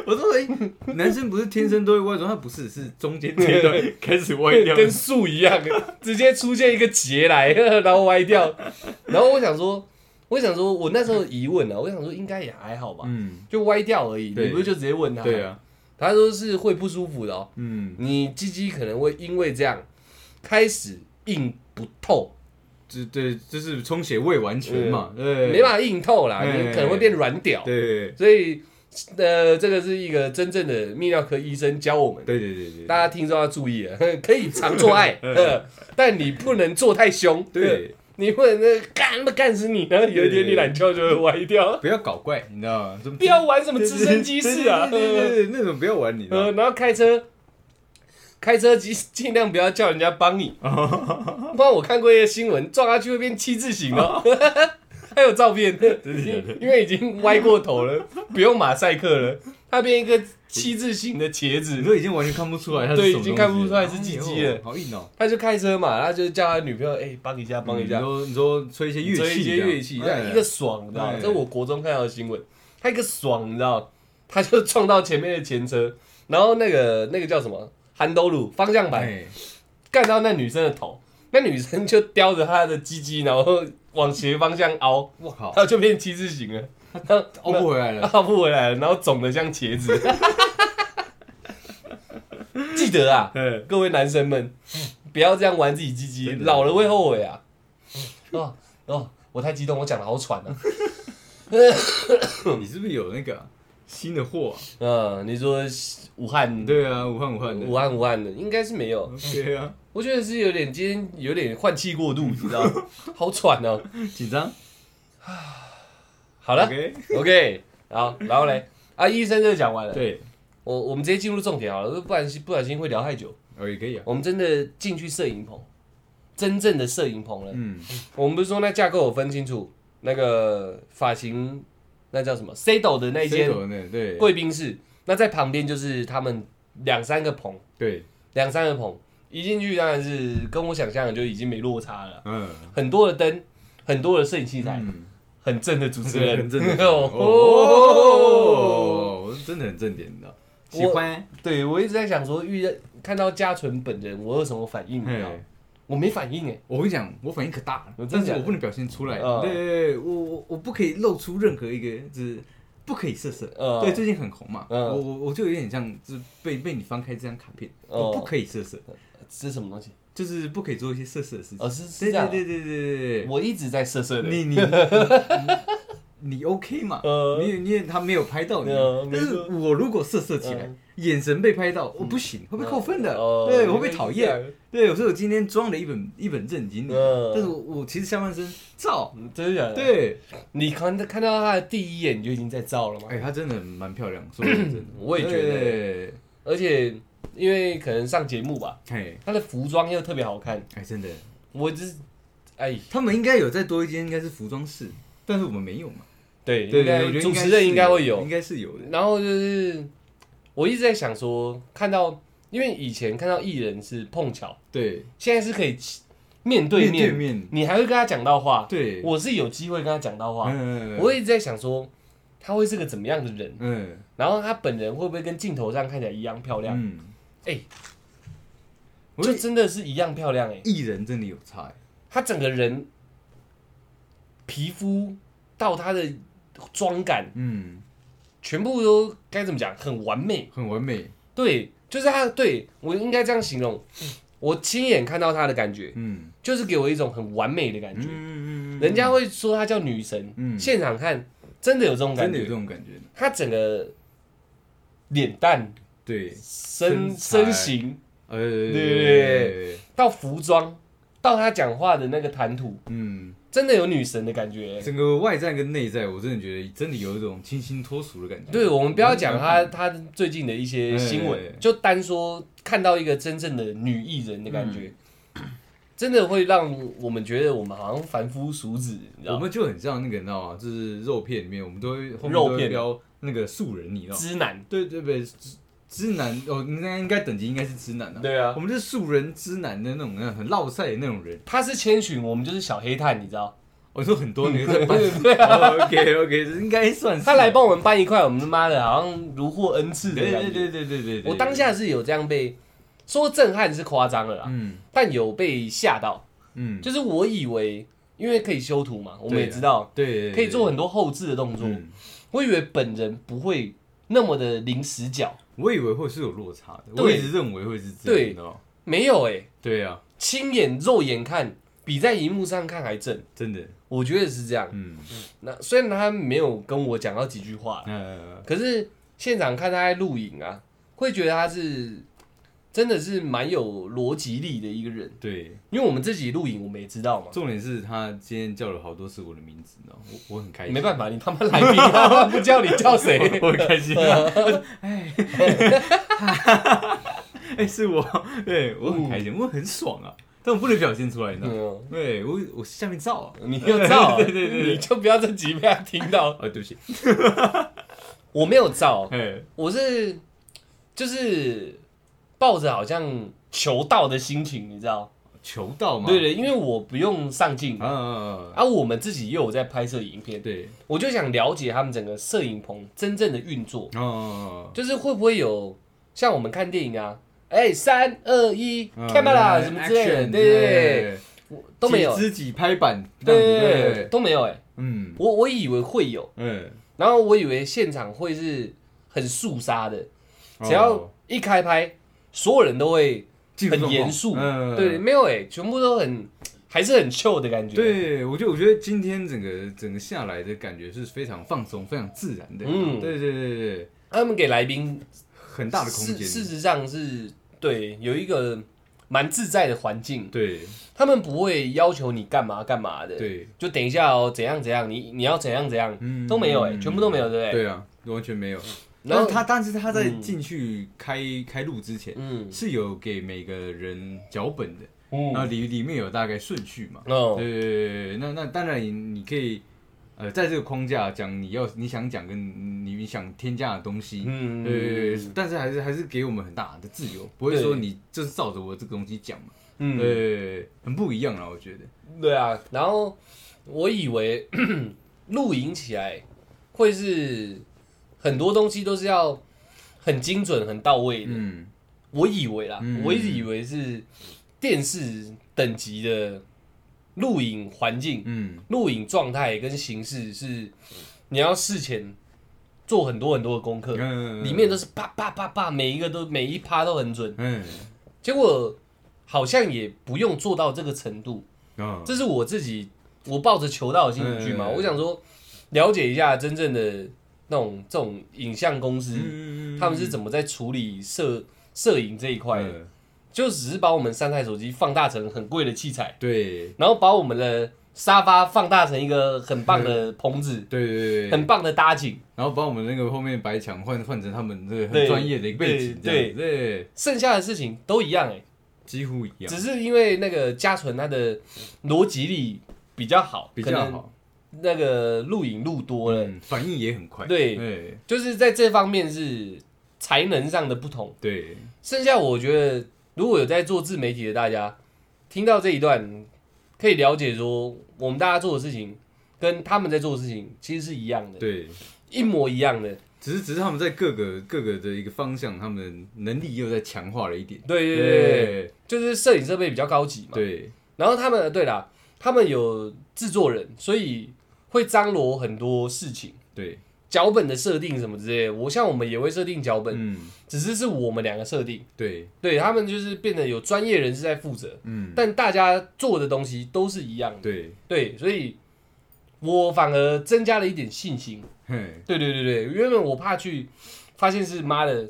S2: 我说哎，男生不是天生都会歪转，他不是，是中间这一段开始 歪掉，
S1: 跟树一样，直接出现一个结来， 然后歪掉。然后我想说，我想说，我那时候疑问啊，我想说应该也还好吧，
S2: 嗯，
S1: 就歪掉而已。
S2: 对
S1: 你不是就直接问他？
S2: 对，啊，
S1: 他说是会不舒服的哦，
S2: 嗯，
S1: 你鸡鸡可能会因为这样开始硬不透，
S2: 就对，就是充血未完全嘛，对，
S1: 没办法硬透啦，
S2: 对
S1: 你可能会变软屌。
S2: 对，
S1: 所以，呃，这个是一个真正的泌尿科医生教我们的。
S2: 对对对对
S1: 大家
S2: 对，
S1: 听众要注意了， 可以常做爱， 呃但你不能做太凶。
S2: 嗯
S1: 嗯
S2: 对，
S1: 你不能那个干那干死你，然后有一天你懒觉就会歪掉。
S2: 不要搞怪，你知道吗？
S1: 不要玩什么直升机式啊，
S2: 对对
S1: 呃，
S2: 对对，那种不要玩，你知道
S1: 呃然后开车，开车尽尽量不要叫人家帮 你，
S2: 吗？
S1: 不然我看过一个新闻，撞下去会变七字形 哦。 还有照片，
S2: 真的假的
S1: 因为已经歪过头了，不用马赛克了，它变一个七字形的茄子
S2: 你。都已经完全看不出来它是
S1: 对
S2: 什么东西
S1: 已经看不出来是鸡鸡了
S2: 哎呦好硬哦。
S1: 他就开车嘛，他就叫他女朋友，哎、帮一下，帮一
S2: 你
S1: 下，
S2: 说你说吹一嗯些乐器，
S1: 吹一些乐器，
S2: 这样
S1: 一个爽，你知道吗？
S2: 哎
S1: 这是我国中看到的新闻，他一个爽，你知道吗，他就撞到前面的前车，然后那个那个叫什么韩斗鲁方向盘
S2: 哎
S1: 干到那女生的头，那女生就叼着她的鸡鸡，然后往斜方向凹，
S2: 我靠
S1: 然，后就变七字形了，然后
S2: 凹不回来 了。
S1: 凹不回来了，然后肿的像茄子。 记得啊，
S2: 嗯，
S1: 各位男生们，不要这样玩自己鸡鸡，
S2: 真的
S1: 老了会后悔啊！哦哦，我太激动，我讲的好喘啊。
S2: 你是不是有那个啊新的货啊？
S1: 嗯，你说武汉，
S2: 对啊，武汉武汉的
S1: 武汉武汉的，应该是没有。
S2: ，OK 啊，
S1: 我觉得是有点今天有点换气过度，你知道吗，好喘哦。
S2: 紧张。
S1: 好
S2: 好
S1: 了
S2: OK，
S1: ，OK，好，然后嘞，啊，医生就讲完了。
S2: 对，
S1: 我我们直接进入重点好了，不然不小心会聊太久。
S2: 哦也可以啊。
S1: 我们真的进去摄影棚，真正的摄影棚了。
S2: 嗯，
S1: 我们不是说那架构有分清楚，那个发型那叫什么 C 斗的那一间
S2: 手呢？对
S1: 贵宾室，那在旁边就是他们两三个棚，
S2: 对，
S1: 两三个棚，一进去当然是跟我想象的就已经没落差了，
S2: 嗯
S1: 很多的灯，很多的摄影器材，
S2: 嗯，
S1: 很正的主持
S2: 对
S1: 人，
S2: 很正点
S1: 哦。
S2: 哦，真的很正点的，
S1: 我
S2: 喜欢。
S1: 对，我一直在想说，遇见看到嘉纯本人，我有什么反应？你知道吗
S2: 嘿
S1: 我没反应哎，
S2: 我跟你讲，我反应可大
S1: 我哦
S2: 了，
S1: 真
S2: 但
S1: 的
S2: 是
S1: 假的
S2: 我不能表现出来。
S1: 嗯
S2: 对对对，我我我不可以露出任何一个，就是不可以色色。
S1: 嗯
S2: 对，最近很红嘛，
S1: 嗯
S2: 我我我就有点像，就是被被你翻开这张卡片，
S1: 哦
S2: 我不可以色色，
S1: 这是什么东西？
S2: 就是不可以做一些色色的事情。
S1: 哦，是是
S2: 对
S1: 这样
S2: 对
S1: 啊，
S2: 对对对对对
S1: 我一直在色色的，
S2: 你你你你 OK 嘛？
S1: 呃
S2: 你你也他没有拍到你
S1: 呃，没
S2: 但是
S1: 错
S2: 我如果色色起来
S1: 嗯，
S2: 眼神被拍到，我不行，会被扣分的
S1: 哦，
S2: 对，
S1: 原
S2: 我
S1: 来
S2: 会被讨
S1: 是这
S2: 厌
S1: 样。
S2: 对，所以我今天装了一本一本正经的
S1: 嗯，
S2: 但是我我其实下半身照，
S1: 嗯真的假的？，
S2: 对，
S1: 你看看到他的第一眼，你就已经在照了吗？ ，
S2: 哎，她真的蛮漂亮，说真的
S1: 我也觉得
S2: 对，
S1: 而且因为可能上节目吧，
S2: 嘿，
S1: 他的服装又特别好看，
S2: 哎，真的，
S1: 我就是哎，
S2: 他们应该有再多一间，应该是服装室，但是我们没有嘛。
S1: 对，
S2: 对
S1: 应
S2: 对，
S1: 该
S2: 我觉得
S1: 主持
S2: 是
S1: 人应该会有
S2: 应。该是有的。
S1: 然后就是我一直在想说，看到因为以前看到艺人是碰巧，
S2: 对，
S1: 现在是可以面对面，
S2: 面对面
S1: 你还会跟他讲到话。
S2: 对，
S1: 我是有机会跟他讲到话，
S2: 嗯，
S1: 我一直在想说他会是个怎么样的人，
S2: 嗯
S1: 然后他本人会不会跟镜头上看起来一样漂亮？
S2: 嗯，
S1: 哎
S2: 我觉
S1: 就
S2: 得
S1: 真的是一样漂亮哎、
S2: 艺人真的有差欸，
S1: 他整个人皮肤到他的妆感，
S2: 嗯，
S1: 全部都该怎么讲，很完美。
S2: 很完美，
S1: 对，就是他，对我应该这样形容，我亲眼看到他的感觉，
S2: 嗯
S1: 就是给我一种很完美的感
S2: 嗯
S1: 觉。
S2: 嗯嗯，
S1: 人家会说她叫女神，
S2: 嗯
S1: 现场看真的有这种
S2: 真
S1: 感
S2: 的有这
S1: 觉。
S2: 种感觉，
S1: 她整个脸蛋、
S2: 对，
S1: 身
S2: 身材
S1: 身形
S2: 呃，
S1: 对对到服装，到她讲话的那个谈吐，
S2: 嗯，
S1: 真的有女神的感觉。
S2: 整个外在跟内在，我真的觉得真的有一种清新脱俗的感觉。
S1: 对，我们不要讲她
S2: 他，
S1: 她最近的一些新
S2: 哎
S1: 闻，就单说看到一个真正的女艺人的感觉，
S2: 嗯
S1: 真的会让我们觉得我们好像凡夫俗子，你知
S2: 我
S1: 道吗？
S2: 们就很像那个，你知道吗？就是肉片里面，我们都会后面
S1: 肉
S2: 都会
S1: 片
S2: 标那个素人，你知道吗？
S1: 知男，
S2: 对对对，知知男哦，那应该等级应该是知男啊。
S1: 对啊
S2: 我，们是素人知男的那种，很落塞的那种人。
S1: 他是千寻，我们就是小黑炭，你知道？
S2: 我说很多女生班
S1: 对 对
S2: OK OK，这应该算是
S1: 他来帮我们搬一块，我们他妈的好像如获恩赐的
S2: 对
S1: 感
S2: 对
S1: 觉。
S2: 对对对对对，
S1: 我当下是有这样被说震撼是夸张了啦，
S2: 嗯
S1: 但有被吓到，
S2: 嗯，
S1: 就是我以为因为可以修图嘛，我们
S2: 对啊
S1: 也知道
S2: 对对对
S1: 可以做很多后置的动作。
S2: 嗯
S1: 我以为本人不会那么的零死角，
S2: 我以为会是有落差的，
S1: 对
S2: 我一直认为会是这样，
S1: 对
S2: 你知道吗？
S1: 没有哎、
S2: 对啊，
S1: 亲眼肉眼看比在荧幕上看还正，
S2: 真的，
S1: 我觉得是这样。
S2: 嗯
S1: 那虽然他没有跟我讲到几句话，
S2: 呃，
S1: 可是现场看他在录影啊，会觉得他是真的是蛮有逻辑力的一个人，
S2: 对，
S1: 因为我们自己录影我们也知道嘛。
S2: 重点是他今天叫了好多次我的名字，你知道吗？我我很开心，
S1: 没办法，你他妈来宾，他妈不叫你叫 谁？
S2: 我很开心啊！
S1: 嗯
S2: 哎，哎，是我，对我很开心，我很爽啊！但我不能表现出来，你知道吗？
S1: 嗯，
S2: 对我，我下面照啊！
S1: 你又 照，
S2: 对对对对
S1: 你就不要这集被他听到。
S2: 啊，对不起，
S1: 我没有啊照，
S2: 哎，
S1: 我是就是抱着好像求道的心情，你知道？
S2: 求到嘛？
S1: 对对，因为我不用上镜
S2: 啊，啊啊啊！
S1: 啊，我们自己又有在拍摄影片，
S2: 对，
S1: 我就想了解他们整个摄影棚真正的运作，
S2: 哦，
S1: 就是会不会有像我们看电影啊，哎，三二一
S2: 嗯
S1: ，camera 什么之类的，对哎对对，，我都没有，
S2: 自己拍板，
S1: 对
S2: 这样
S1: 对
S2: 子
S1: 对对，，都没有哎，
S2: 嗯
S1: 我我以为会有，
S2: 嗯，
S1: 然后我以为现场会是很肃杀的，只要
S2: 哦
S1: 一开拍，所有人都会。
S2: 进入
S1: 很
S2: 状况
S1: 严肃，
S2: 嗯
S1: 对，没有哎、全部都很还是很 chill 的感觉。，
S2: 对，我觉得我觉得今天整个整个下来的感觉是非常放松、非常自然的。
S1: 嗯
S2: 嗯，对对对对，
S1: 他们给来宾
S2: 很大的空
S1: 事
S2: 间。
S1: 事实上是对有一个蛮自在的环境，
S2: 对
S1: 他们不会要求你干嘛干嘛的。，
S2: 对，
S1: 就等一下哦，怎样怎样，你你要怎样怎样，
S2: 嗯
S1: 都没有哎、
S2: 嗯
S1: 全部都没有，对不对？
S2: 对啊，完全没有。
S1: 然
S2: 然
S1: 后
S2: 后他，但是他在
S1: 嗯
S2: 进去开开录之前，
S1: 嗯
S2: 是有给每个人脚本的，然后
S1: 嗯
S2: 里里面有大概顺序嘛。
S1: 哦
S2: 对，对对对，那那当然你你可以。呃，在这个框架讲你要你想讲跟你想添加的东西，
S1: 嗯
S2: 对，但是还是还是给我们很大的自由，不会说
S1: 对
S2: 你就是照着我这个东西讲嘛，
S1: 嗯，
S2: 对，很不一样啦，我觉得，
S1: 对啊。然后我以为 露营起来会是很多东西都是要很精准、很到位的。
S2: 嗯，
S1: 我以为啦，
S2: 嗯
S1: 我一直以为是电视等级的录影环境、
S2: 嗯，
S1: 录影状态跟形式是，你要事前做很多很多的功课，
S2: 嗯
S1: 里面都，是啪啪啪啪，每一个都每一趴都很准。
S2: 嗯，
S1: 结果好像也不用做到这个程度，
S2: 哦，
S1: 这是我自己我抱着求道的心情去嘛，
S2: 嗯
S1: 我想说了解一下真正的那种这种影像公司，
S2: 嗯
S1: 他们是怎么在处理摄摄影这一块的。就只是把我们三台手机放大成很贵的器材，
S2: 对，
S1: 然后把我们的沙发放大成一个很棒的棚子，
S2: 对对对对，
S1: 很棒的搭景，
S2: 然后把我们那个后面白墙换换成他们这个很
S1: 对
S2: 专业的一个背景，这
S1: 对
S2: 样对，
S1: 剩下的事情都一样哎、
S2: 几乎一样
S1: 只，是因为那个嘉纯他的逻辑力比较好，
S2: 比较，好，
S1: 那个录影录多了，
S2: 嗯，反应也很快，
S1: 对
S2: 对
S1: 就是在这方面是才能上的不同。
S2: 对，
S1: 剩下我觉得，如果有在做自媒体的大家，听到这一段，可以了解说，我们大家做的事情跟他们在做的事情其实是一样的，
S2: 对，
S1: 一模一样的。
S2: 只是只是他们在各个各个的一个方向，他们的能力又在强化了一点，
S1: 对对对对对，
S2: 对
S1: 就是摄影设备比较高级嘛。
S2: 对
S1: 然后他们，对啦，他们有制作人，所以会张罗很多事情，
S2: 对，
S1: 脚本的设定什么之类的。我像我们也会设定脚本，
S2: 嗯，
S1: 只是是我们两个设定，
S2: 对，
S1: 对他们就是变得有专业人士在负责，
S2: 嗯，
S1: 但大家做的东西都是一样的。
S2: 对，
S1: 对，所以我反而增加了一点信心。
S2: 嘿，嗯
S1: 对对对对，原本我怕去发现是妈的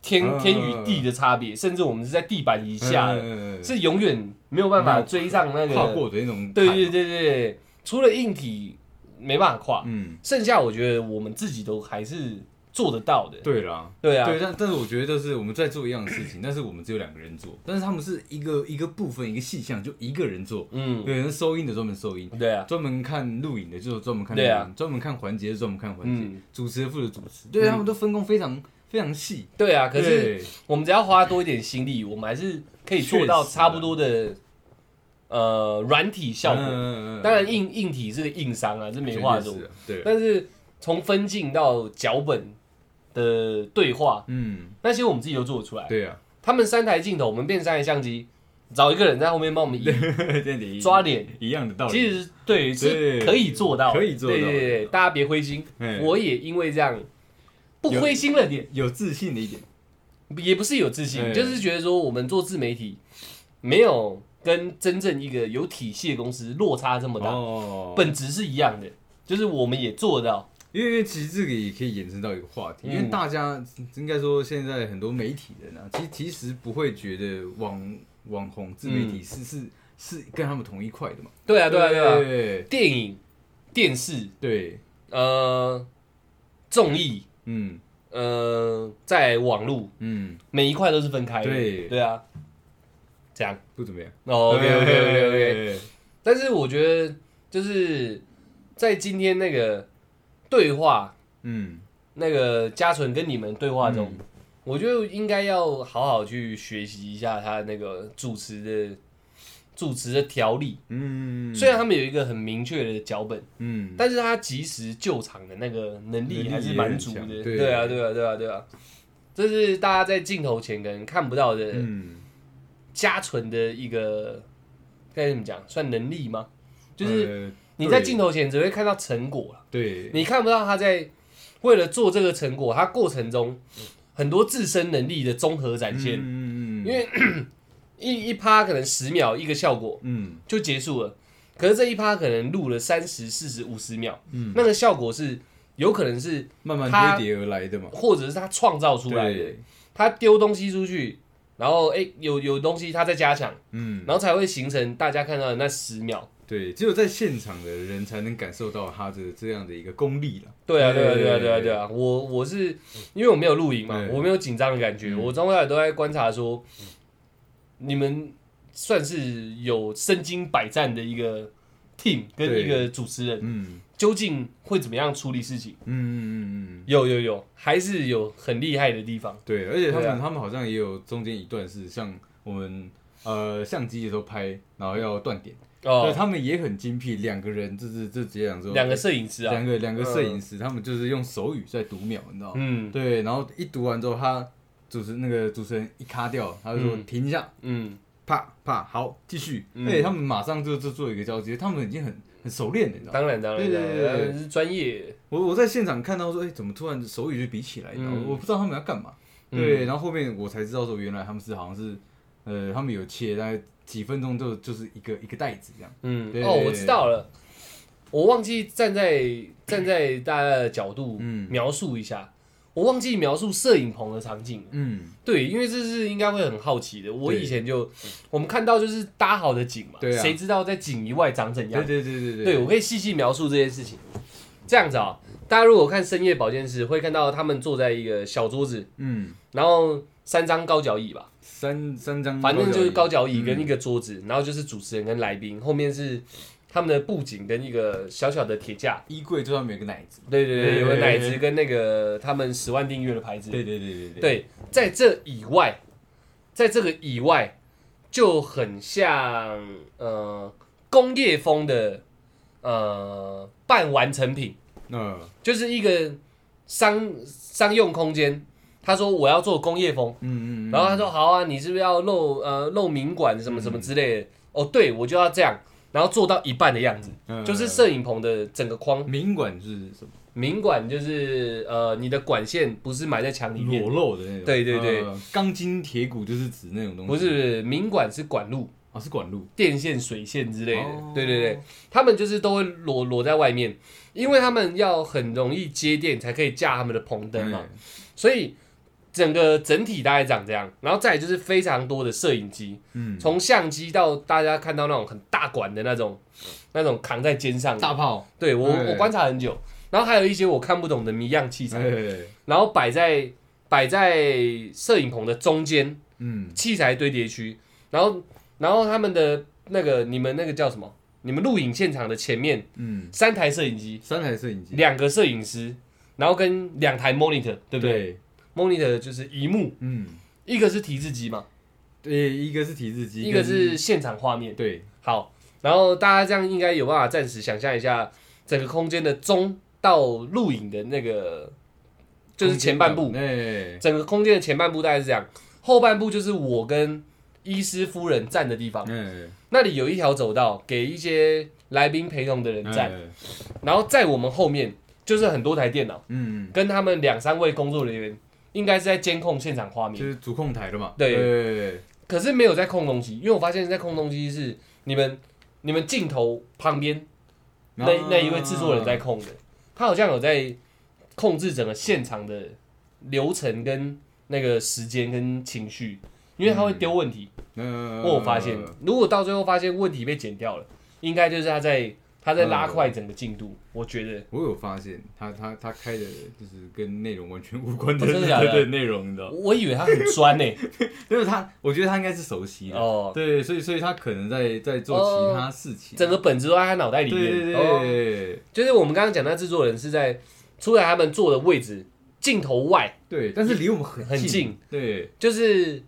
S1: 天天与地的差别，甚至我们是在地板以下的，
S2: 嗯
S1: 是永远没有办法追上那
S2: 跨
S1: 个。
S2: 过的那种，
S1: 对对，对对对，除了硬体没办法跨，
S2: 嗯，
S1: 剩下我觉得我们自己都还是做得到的。
S2: 对啦。
S1: 对啊，
S2: 对，但但是我觉得就是我们在做一样的事情，但是我们只有两个人做，但是他们是一个一个部分一个细项，就一个人做，
S1: 嗯，
S2: 有人收音的专门收音，
S1: 对啊，
S2: 专门看录影的就是专门看录
S1: 对啊
S2: 影，专门看环节的专门看环节
S1: 嗯，
S2: 主持的负责主持，对他们都分工非常非常细。
S1: 对啊。可是
S2: 对
S1: 我们只要花多一点心力，我们还是可以做到
S2: 确实啊
S1: 差不多的呃软体效果。
S2: 嗯嗯嗯
S1: 当然硬硬体是个硬伤啊，这没话说
S2: 绝。对是啊对，
S1: 但是从分镜到脚本的对话，
S2: 嗯，
S1: 那些我们自己都做得出来。
S2: 对啊，
S1: 他们三台镜头，我们变三台相机，找一个人在后面帮我们移
S2: 这样子
S1: 抓脸，
S2: 一样的道
S1: 其
S2: 理。
S1: 实对是可以做到的，
S2: 可以做到的
S1: 对对对，大家别灰心，
S2: 嗯
S1: 我也因为这样不
S2: 有
S1: 灰心了点，
S2: 有自信的一点，
S1: 也不是有自信，
S2: 嗯
S1: 就是觉得说我们做自媒体没有跟真正一个有体系的公司落差这么大。
S2: 哦
S1: 本质是一样的，就是我们也做得到。
S2: 因为因为其实这个也可以延伸到一个话题，
S1: 嗯
S2: 因为大家应该说现在很多媒体人啊，其实其实不会觉得网网红自媒体是、是是跟他们同一块的嘛。
S1: 对啊，嗯对啊，对啊。
S2: 对
S1: 电影、电视，
S2: 对，
S1: 呃，综艺，
S2: 嗯
S1: 呃，在网络，
S2: 嗯，
S1: 每一块都是分开的。
S2: 对
S1: 对啊，这样。
S2: 不怎么样。哎
S1: 哦，OK OK OK OK。
S2: 对
S1: 但是我觉得，就是在今天那个对话，
S2: 嗯，
S1: 那个嘉纯跟你们对话中，
S2: 嗯
S1: 我觉得应该要好好去学习一下他那个主持的主持的条例。
S2: 嗯，
S1: 虽然他们有一个很明确的脚本，
S2: 嗯，
S1: 但是他及时救场的那个能力还是蛮足
S2: 能力也
S1: 的。
S2: 很强对
S1: 对啊，对啊，对啊，对啊，这是大家在镜头前可能看不到的
S2: 嗯，
S1: 加纯的一个该怎么讲，算能力吗？就是
S2: 呃
S1: 你在镜头前只会看到成果啦
S2: 对
S1: 你看不到他在为了做这个成果，他过程中很多自身能力的综合展现。
S2: 嗯嗯嗯嗯，
S1: 因为一一趴可能十秒一个效果，
S2: 嗯
S1: 就结束了。可是这一趴可能录了三十、四十、五十秒，
S2: 嗯
S1: 那个效果是有可能是，
S2: 慢慢
S1: 他
S2: 堆叠而来的嘛，
S1: 或者是他创造出来的。
S2: 对，
S1: 他丢东西出去，然后哎、诶有有东西他再加强，
S2: 嗯
S1: 然后才会形成大家看到的那十秒。
S2: 对，只有在现场的人才能感受到他的这样的一个功力了。
S1: 对啊，对啊，
S2: 对
S1: 对啊，对啊，对啊！我我是因为我没有录影嘛，
S2: 对嗯
S1: 我没有紧张的感觉，我从来都在观察说，你们算是有身经百战的一个 team 跟
S2: 对
S1: 一个主持人，
S2: 嗯。
S1: 究竟会怎么样处理事情？
S2: 嗯嗯嗯嗯，
S1: 有有有，还是有很厉害的地方。
S2: 对，而且他们、
S1: 对啊
S2: 他们好像也有中间一段是像我们呃相机的时候拍，然后要断点，对、
S1: 哦，
S2: 他们也很精辟，两个人就是这几两周
S1: 两个摄影师啊
S2: 两，个两个摄影师，他们就是用手语在读秒，你知道吗？
S1: 嗯
S2: 对，然后一读完之后，他主持那个主持人一卡掉，他就说、
S1: 嗯
S2: 停一下，
S1: 嗯，
S2: 啪啪，好，继续，
S1: 嗯
S2: 对、他们马上就就做一个交接，他们已经很很熟练了，你知道吗？
S1: 当然当然，
S2: 对
S1: 当
S2: 对对
S1: 然
S2: 对
S1: 他们是专业，
S2: 我我在现场看到说，哎、怎么突然手语就比起来？然后
S1: 嗯
S2: 我不知道他们要干嘛。
S1: 嗯
S2: 对，然后后面我才知道说，原来他们是好像是，呃，他们有切大概几分钟就就是一个一个袋子这样。
S1: 嗯
S2: 对，
S1: 哦，我知道了，我忘记站在站在大家的角度
S2: 嗯
S1: 描述一下，我忘记描述摄影棚的场景了。
S2: 嗯，
S1: 对，因为这是应该会很好奇的。我
S2: 对
S1: 以前就我们看到就是搭好的景嘛，
S2: 对啊
S1: 谁知道在景以外长怎样
S2: 对？对对对
S1: 对，我可以细细描述这件事情。这样子啊、大家如果看深夜保健室，会看到他们坐在一个小桌子，
S2: 嗯，
S1: 然后三张高脚椅吧，
S2: 三三张，
S1: 反正就是高，脚椅跟一个桌子，然后就是主持人跟来宾，后面是他们的布景跟一个小小的铁架。
S2: 衣柜桌上面有个奶子，
S1: 对对对，
S2: 对
S1: 有个
S2: 对
S1: 奶
S2: 对
S1: 子跟那个他们十万订阅的牌子。
S2: 对对对对，
S1: 对，在这以外，在这个以外，就很像呃工业风的呃半完成品，
S2: 嗯
S1: 就是一个商商用空间。他说我要做工业风，
S2: 嗯嗯，
S1: 然后他说好啊，你是不是要露呃露明管什么什么之类的？哦，对，我就要这样，然后做到一半的样子，
S2: 嗯
S1: 就是摄影棚的整个框。
S2: 明管是什么
S1: 明管就是呃你的管线不是埋在墙里面
S2: 裸，露的那种，
S1: 对对对
S2: 嗯，钢筋铁骨就是指那种东西，
S1: 不是明管是管路。
S2: 啊，是管路，
S1: 电线、水线之类的。
S2: 哦
S1: 对对对，他们就是都会裸裸在外面，因为他们要很容易接电，才可以架他们的棚灯
S2: 嗯
S1: 嘛。所以整个整体大概长这样，然后再来就是非常多的摄影机，
S2: 嗯，
S1: 从相机到大家看到那种很大管的那种，
S2: 嗯
S1: 那种扛在肩上的。
S2: 大炮，
S1: 对我
S2: 哎
S1: 我观察很久，然后还有一些我看不懂的迷样器材，
S2: 哎，
S1: 然后摆在摆在摄影棚的中间。
S2: 嗯，
S1: 器材堆叠区，然后然后他们的那个你们那个叫什么？你们录影现场的前面
S2: 嗯，
S1: 三台摄影机，
S2: 三台摄影机，
S1: 两个摄影师，然后跟两台 monitor，对不对
S2: 对，
S1: ？monitor 就是一幕，
S2: 嗯，
S1: 一个是提字机嘛，
S2: 对，一个是提字机，
S1: 一个是现场画面。
S2: 对，
S1: 好，然后大家这样应该有办法暂时想象一下整个空间的中到录影的那个，就是前半部，
S2: 哎，
S1: 整个空间的前半部大概是这样，后半部就是我跟医师夫人站的地方。
S2: 哎，
S1: 那里有一条走道给一些来宾陪同的人站，
S2: 哎，
S1: 然后在我们后面就是很多台电脑，
S2: 嗯，
S1: 跟他们两三位工作人员应该是在监控现场画
S2: 嗯就
S1: 面，
S2: 是主控台了嘛，
S1: 对
S2: 对，
S1: 可是没有在控东西，因为我发现在控东西是你们你们镜头旁边那
S2: 啊
S1: 那一位制作人在控的，他好像有在控制整个现场的流程跟那个时间跟情绪，因为他会丢问题，
S2: 嗯，
S1: 我有发现，如果到最后发现问题被剪掉了，应该就是他在他在拉快整个进度。我觉得
S2: 我有发现，他他他开的就是跟内容完全无关的
S1: 哦真的假的
S2: 对内容，你知道？
S1: 我以为他很专
S2: 欸
S1: 呢、
S2: 就是他，我觉得他应该是熟悉的，
S1: 哦，
S2: 对，所以所以他可能在在做其他事情，
S1: 整个本子都在他脑袋里
S2: 对
S1: 面。
S2: 对
S1: 哦，
S2: 对
S1: 就是我们刚刚讲，那制作人是在出来他们坐的位置镜头外，
S2: 对，但是离我们很
S1: 很近，
S2: 对，
S1: 就是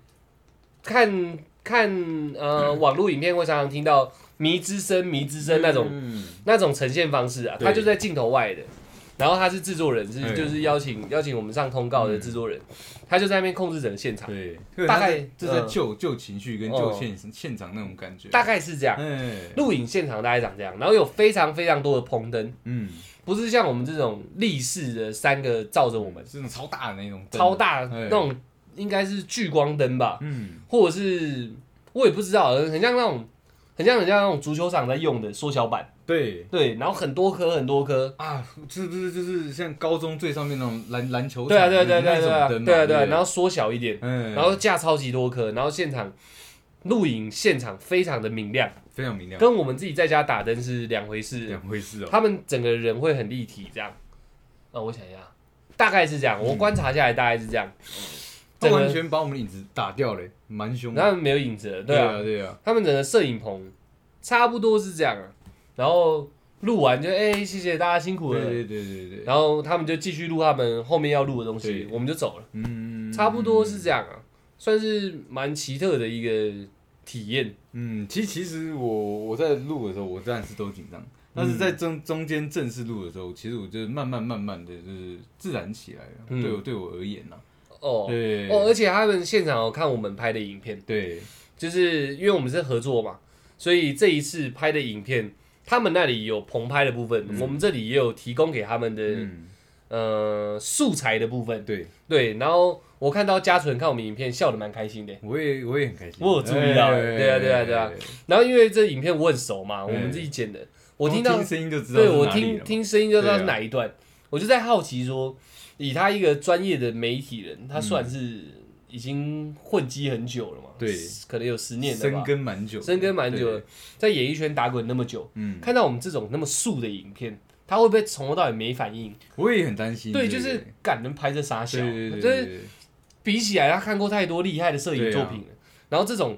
S1: 看看
S2: 嗯
S1: 呃网络影片会常常听到迷之声、迷之声那种
S2: 嗯
S1: 那种呈现方式啊，
S2: 对
S1: 他就在镜头外的，然后他是制作人，是
S2: 嗯
S1: 就是邀请邀请我们上通告的制作人，他就在那边控制整个现场，
S2: 对，
S1: 大概
S2: 这在
S1: 嗯
S2: 救救情绪跟救现现场那种感觉，
S1: 大概是这样。
S2: 哎，
S1: 录影现场大概长这样，然后有非常非常多的棚灯，
S2: 嗯，
S1: 不是像我们这种立式的三个照着我们，
S2: 是那种超大的那种，
S1: 超，大
S2: 嗯
S1: 那种应该是聚光灯吧，
S2: 嗯，
S1: 或者是我也不知道，很像那种很像人家那种足球场在用的缩小版，
S2: 对。
S1: 对，然后很多颗很多颗，
S2: 啊，是不是就是像高中最上面那种篮篮球
S1: 对啊对啊对啊对
S2: 那
S1: 啊
S2: 种
S1: 对啊
S2: 灯嘛
S1: 对啊对啊，
S2: 不
S1: 然后缩小一点。
S2: 嗯，
S1: 然后架超级多颗，然后现场录影现场非常的明亮，
S2: 非常明亮，
S1: 跟我们自己在家打灯是两回事
S2: 两。回事哦。
S1: 他们整个人会很立体，这样。啊、我想一下，大概是这样，我观察下来大概是这样。
S2: 他
S1: 整
S2: 完
S1: 个
S2: 全把我们的影子打掉嘞，蛮凶的。
S1: 他们没有影子了，对啊，
S2: 啊，对啊，
S1: 他们整个摄影棚差不多是这样啊。然后录完就哎、谢谢大家辛苦了。
S2: 对对对对对，
S1: 然后他们就继续录他们后面要录的东西
S2: 对，
S1: 我们就走了，
S2: 嗯，
S1: 差不多是这样啊，算是蛮奇特的一个体验。
S2: 嗯，其其实我我在录的时候，我当然是都紧张，但
S1: 嗯
S2: 是在中中间正式录的时候，其实我就是慢慢慢慢的就是自然起来了。
S1: 嗯
S2: 对我对我而言呐，啊
S1: 哦
S2: 对
S1: 哦，而且他们现场有看我们拍的影片，
S2: 对，
S1: 就是因为我们是合作嘛，所以这一次拍的影片，他们那里有棚拍的部分，我们这里也有提供给他们的、
S2: 嗯，
S1: 呃素材的部分。
S2: 对，
S1: 对，然后我看到嘉纯看我们影片笑得蛮开心的，
S2: 我也我也很开心。
S1: 我有注意到
S2: 哎
S1: 对啊对啊对啊然后因为这影片我很熟嘛，我们自己剪的，我听到
S2: 嗯光声音就知道
S1: 对
S2: 是
S1: 我
S2: 哪里
S1: 听
S2: 了嘛。啊
S1: 听声音就知道是哪一段。我就在好奇说，以他一个专业的媒体人，他算是已经混迹很久了嘛？
S2: 嗯对，
S1: 可能有十年了
S2: 深
S1: 吧，
S2: 耕蛮久的，
S1: 深耕蛮久了
S2: 对，，
S1: 在演艺圈打滚那么久，
S2: 嗯，
S1: 看到我们这种那么素的影片，他会不会从头到尾没反应？
S2: 我也很担心，
S1: 对，
S2: 对，
S1: 就是敢能拍这傻小，
S2: 对对对对
S1: 就是
S2: 对，
S1: 比起来，他看过太多厉害的摄影作品了。然后这种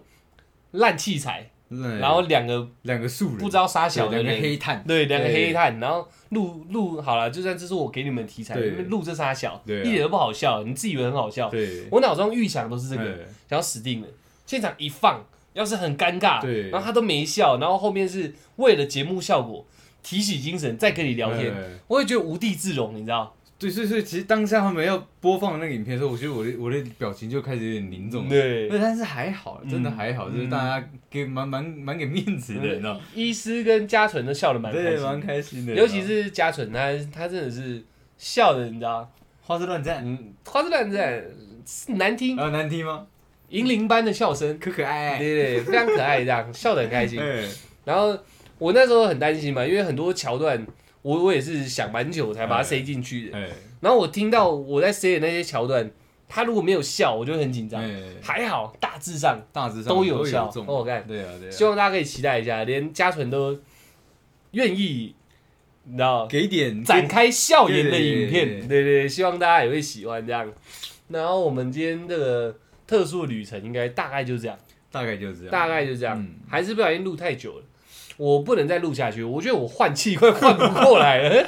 S1: 烂器材，
S2: 啊对
S1: 然后两个
S2: 两个素人
S1: 不知道杀小
S2: 对
S1: 的
S2: 两个
S1: 人
S2: 黑炭，
S1: 对，两个
S2: 对
S1: 黑炭，然后录录好了，就算这是我给你们的题材，
S2: 对
S1: 你们录这仨小，
S2: 对啊
S1: 一点都不好笑，你自己以为很好笑。
S2: 对，
S1: 我脑中预想都是这个，
S2: 哎
S1: 想要死定了。现场一放，要是很尴尬，
S2: 对
S1: 然后他都没笑，然后后面是为了节目效果提起精神再跟你聊天，
S2: 哎
S1: 我也觉得无地自容，你知道？
S2: 对，所以所以其实当下他们要播放那个影片的时候，我觉得我的我的表情就开始有点凝重了。
S1: 对，
S2: 对，但是还好，真的
S1: 嗯
S2: 还好，就是
S1: 嗯
S2: 大家给蛮蛮蛮给面子的，你知道吗？
S1: 医师跟嘉纯都笑得蛮开
S2: 对，
S1: 心
S2: 蛮
S1: 的，
S2: 开心的。
S1: 尤其是嘉纯，他他真的是笑的，你知道？
S2: 花枝乱颤，
S1: 嗯，花枝乱颤，难听，
S2: 啊，难听吗？
S1: 银铃般的笑声，
S2: 可可
S1: 对
S2: 爱爱，
S1: 对对，非常可爱，这样笑得很开心。
S2: 哎，
S1: 然后我那时候很担心嘛，因为很多桥段，我我也是想蛮久才把它塞进去的。
S2: 哎，
S1: 然后我听到我在塞的那些桥段，他如果没有笑，我就会很紧张。
S2: 哎，
S1: 还好，大致上
S2: 大致上
S1: 都有
S2: 有
S1: 效
S2: 中
S1: 哦干
S2: 对啊，对
S1: 希
S2: 啊，
S1: 望大家可以期待一下，连嘉纯都愿意，你知道，
S2: 给一点
S1: 展开笑颜的影
S2: 对对
S1: 片，
S2: 对
S1: 对对对，希望大家也会喜欢这样。然后我们今天这个特殊的旅程应该大概就这样，
S2: 大概就这样，
S1: 大概就这样，
S2: 嗯
S1: 还是不小心录太久了，我不能再录下去，我觉得我换气快换不过来了。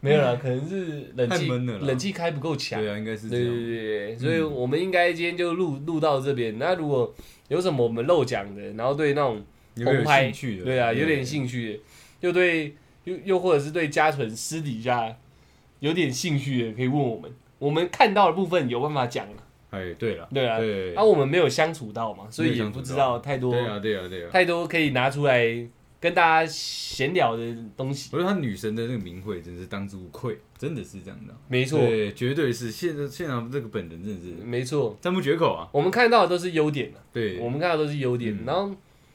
S1: 没有啦，可能是冷
S2: 太
S1: 气
S2: 闷了啦
S1: 冷气开不够强，
S2: 对啊，应该是这
S1: 对
S2: 样。
S1: 对对，所以我们应该今天就录录到这边。那如果有什么我们漏讲的，然后对那种
S2: 有
S1: 红
S2: 点
S1: 拍
S2: 兴趣的，
S1: 对啊，有点兴趣的，又对又又或者是对嘉纯私底下有点兴趣的，可以问我们，我们看到的部分有办法讲啊
S2: 哎，对了，
S1: 对啊，
S2: 对
S1: 啊我们没有相处到嘛，所以
S2: 没有
S1: 也
S2: 相处
S1: 不知
S2: 到
S1: 道太多
S2: 对啊，对啊，对啊。
S1: 太多可以拿出来跟大家闲聊的东西。
S2: 我觉得他女神的那个名讳真是当之无愧，真的是这样的啊。
S1: 没错，
S2: 对，绝对是现现场这个本人真的是
S1: 没错，
S2: 赞不绝口啊。
S1: 我们看到的都是优点啊
S2: 对，
S1: 我们看到都是优点，
S2: 嗯
S1: 然后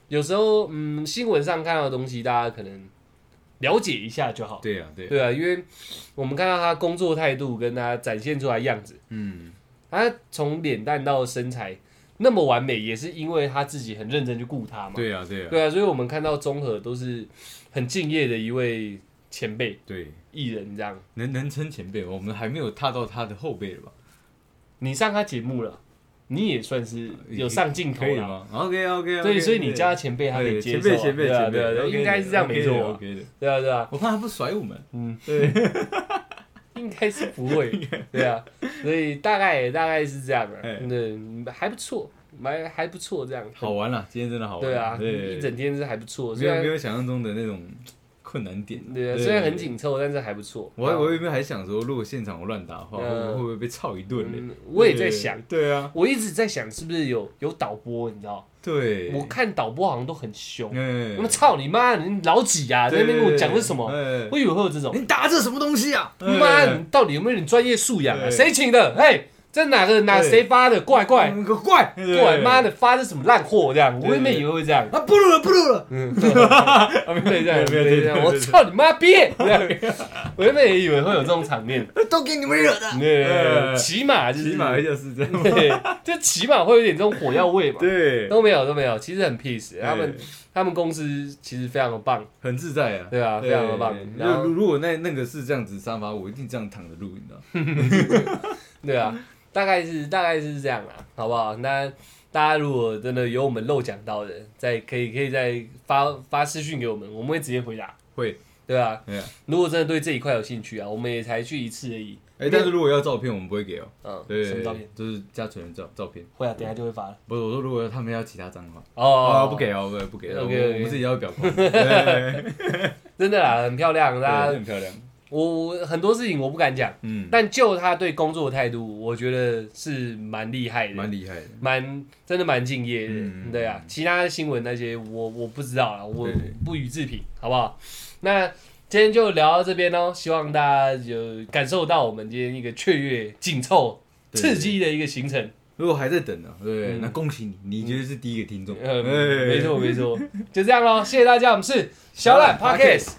S1: 有时候嗯，新闻上看到的东西，大家可能了解一下就好。
S2: 对啊，对啊，
S1: 对啊，因为我们看到他工作态度跟他展现出来的样子，
S2: 嗯，
S1: 他从脸蛋到身材那么完美，也是因为他自己很认真去顾他嘛。
S2: 对啊，对啊，
S1: 对啊，所以我们看到综合都是很敬业的一位前辈
S2: 对，
S1: 艺人这样。
S2: 能能称前辈，我们还没有踏到他的后辈了吧？
S1: 你上他节目了，你也算是有上镜头
S2: 可以
S1: 了。
S2: 吗？OK OK，
S1: 对，呃所以你叫他前辈，他可以
S2: 对
S1: 接
S2: 前
S1: 受啊、
S2: 辈前辈
S1: 对啊
S2: 前辈
S1: 对啊，对啊
S2: OK 的
S1: 应该是这样没错啊。
S2: ，OK 的。
S1: 对啊，对啊。
S2: 我怕他不甩我们，
S1: 嗯，
S2: 对，
S1: 应该是不 会，对啊，所以大概大概是这样的
S2: 哎，
S1: 对，还不错，还还不错这样，
S2: 好玩了，今天真的好玩，
S1: 对啊，
S2: 对，
S1: 一整天是还不错，
S2: 没
S1: 虽
S2: 有没
S1: 然
S2: 有想象中的那种困难点，
S1: 对啊，虽然很。紧凑，但是还不错。
S2: 我还我原本还想说，如果现场我乱打话，会
S1: 嗯
S2: 不会会不会被操一顿呢？
S1: 嗯我也在想，
S2: 对，对啊，
S1: 我一直在想是不是有有导播，你知道？
S2: 对，
S1: 我看导播好像都很凶，
S2: 哎
S1: 我们操你妈，你老几啊，在那边跟我讲是什么？
S2: 哎
S1: 我以为会有这种，
S2: 你打这什么东西啊？
S1: 妈，你到底有没有点专业素养啊？
S2: 对
S1: 谁请的？哎，这哪个哪
S2: 对
S1: 谁发的？怪怪。
S2: 嗯个怪，
S1: 过来，妈
S2: 的，
S1: 的发的什么烂货这样，
S2: 对
S1: 我也没以为会这样。
S2: 啊，不录了，不录了，
S1: 嗯，对这样，对这样，我操你妈逼！这样我原本也以为会有这种场面，
S2: 都给你们惹的。
S1: 对，
S2: 呃
S1: 起码就是
S2: 起码就是这样，
S1: 对， 就起码会有点这种火药味嘛。
S2: 对，
S1: 都没有，都没有，其实很 peace。他们
S2: 对
S1: 他们公司其实非常的棒，
S2: 很自在啊，
S1: 对啊，非常的棒。然
S2: 如
S1: 后
S2: 如如果那那个是这样子沙发，我一定这样躺着录，你知道？
S1: 对啊，大概是大概是这样啦，好不好？那大家如果真的有我们漏讲到的，再可以可以再发发私讯给我们，我们会直接回答，
S2: 会，
S1: 对啊，
S2: 对啊。
S1: 如果真的对这一块有兴趣啊，我们也才去一次而已。
S2: 哎，但是如果要照片，我们不会给哦。
S1: 嗯，
S2: 对，
S1: 什么照片？？
S2: 就是加纯人照照片。
S1: 会啊，等一下就会发了。
S2: 不是，我说如果他们要其他脏话，
S1: 哦
S2: 哦，不，给哦，不不给，我
S1: OK，OK
S2: 我们自己要表 框。对对对
S1: 真的啦，很漂亮。大
S2: 对
S1: 家，
S2: 很漂亮。
S1: 我我很多事情我不敢讲，
S2: 嗯，
S1: 但就他对工作的态度，我觉得是蛮厉害
S2: 蛮
S1: 的，
S2: 厉害的。
S1: 蛮真的蛮敬业的。
S2: 嗯
S1: 对啊，其他新闻那些我我不知道啦，我
S2: 对对
S1: 不予置评，好不好？那今天就聊到这边喽，希望大家有感受到我们今天一个雀跃、紧凑、
S2: 对对
S1: 刺激的一个行程。
S2: 如果还在等呢，对，
S1: 嗯
S2: 那恭喜你，你绝对是第一个听众。
S1: 呃，
S2: 哎
S1: 没错没错，就这样喽，谢谢大家，我们是小懒 Podcast，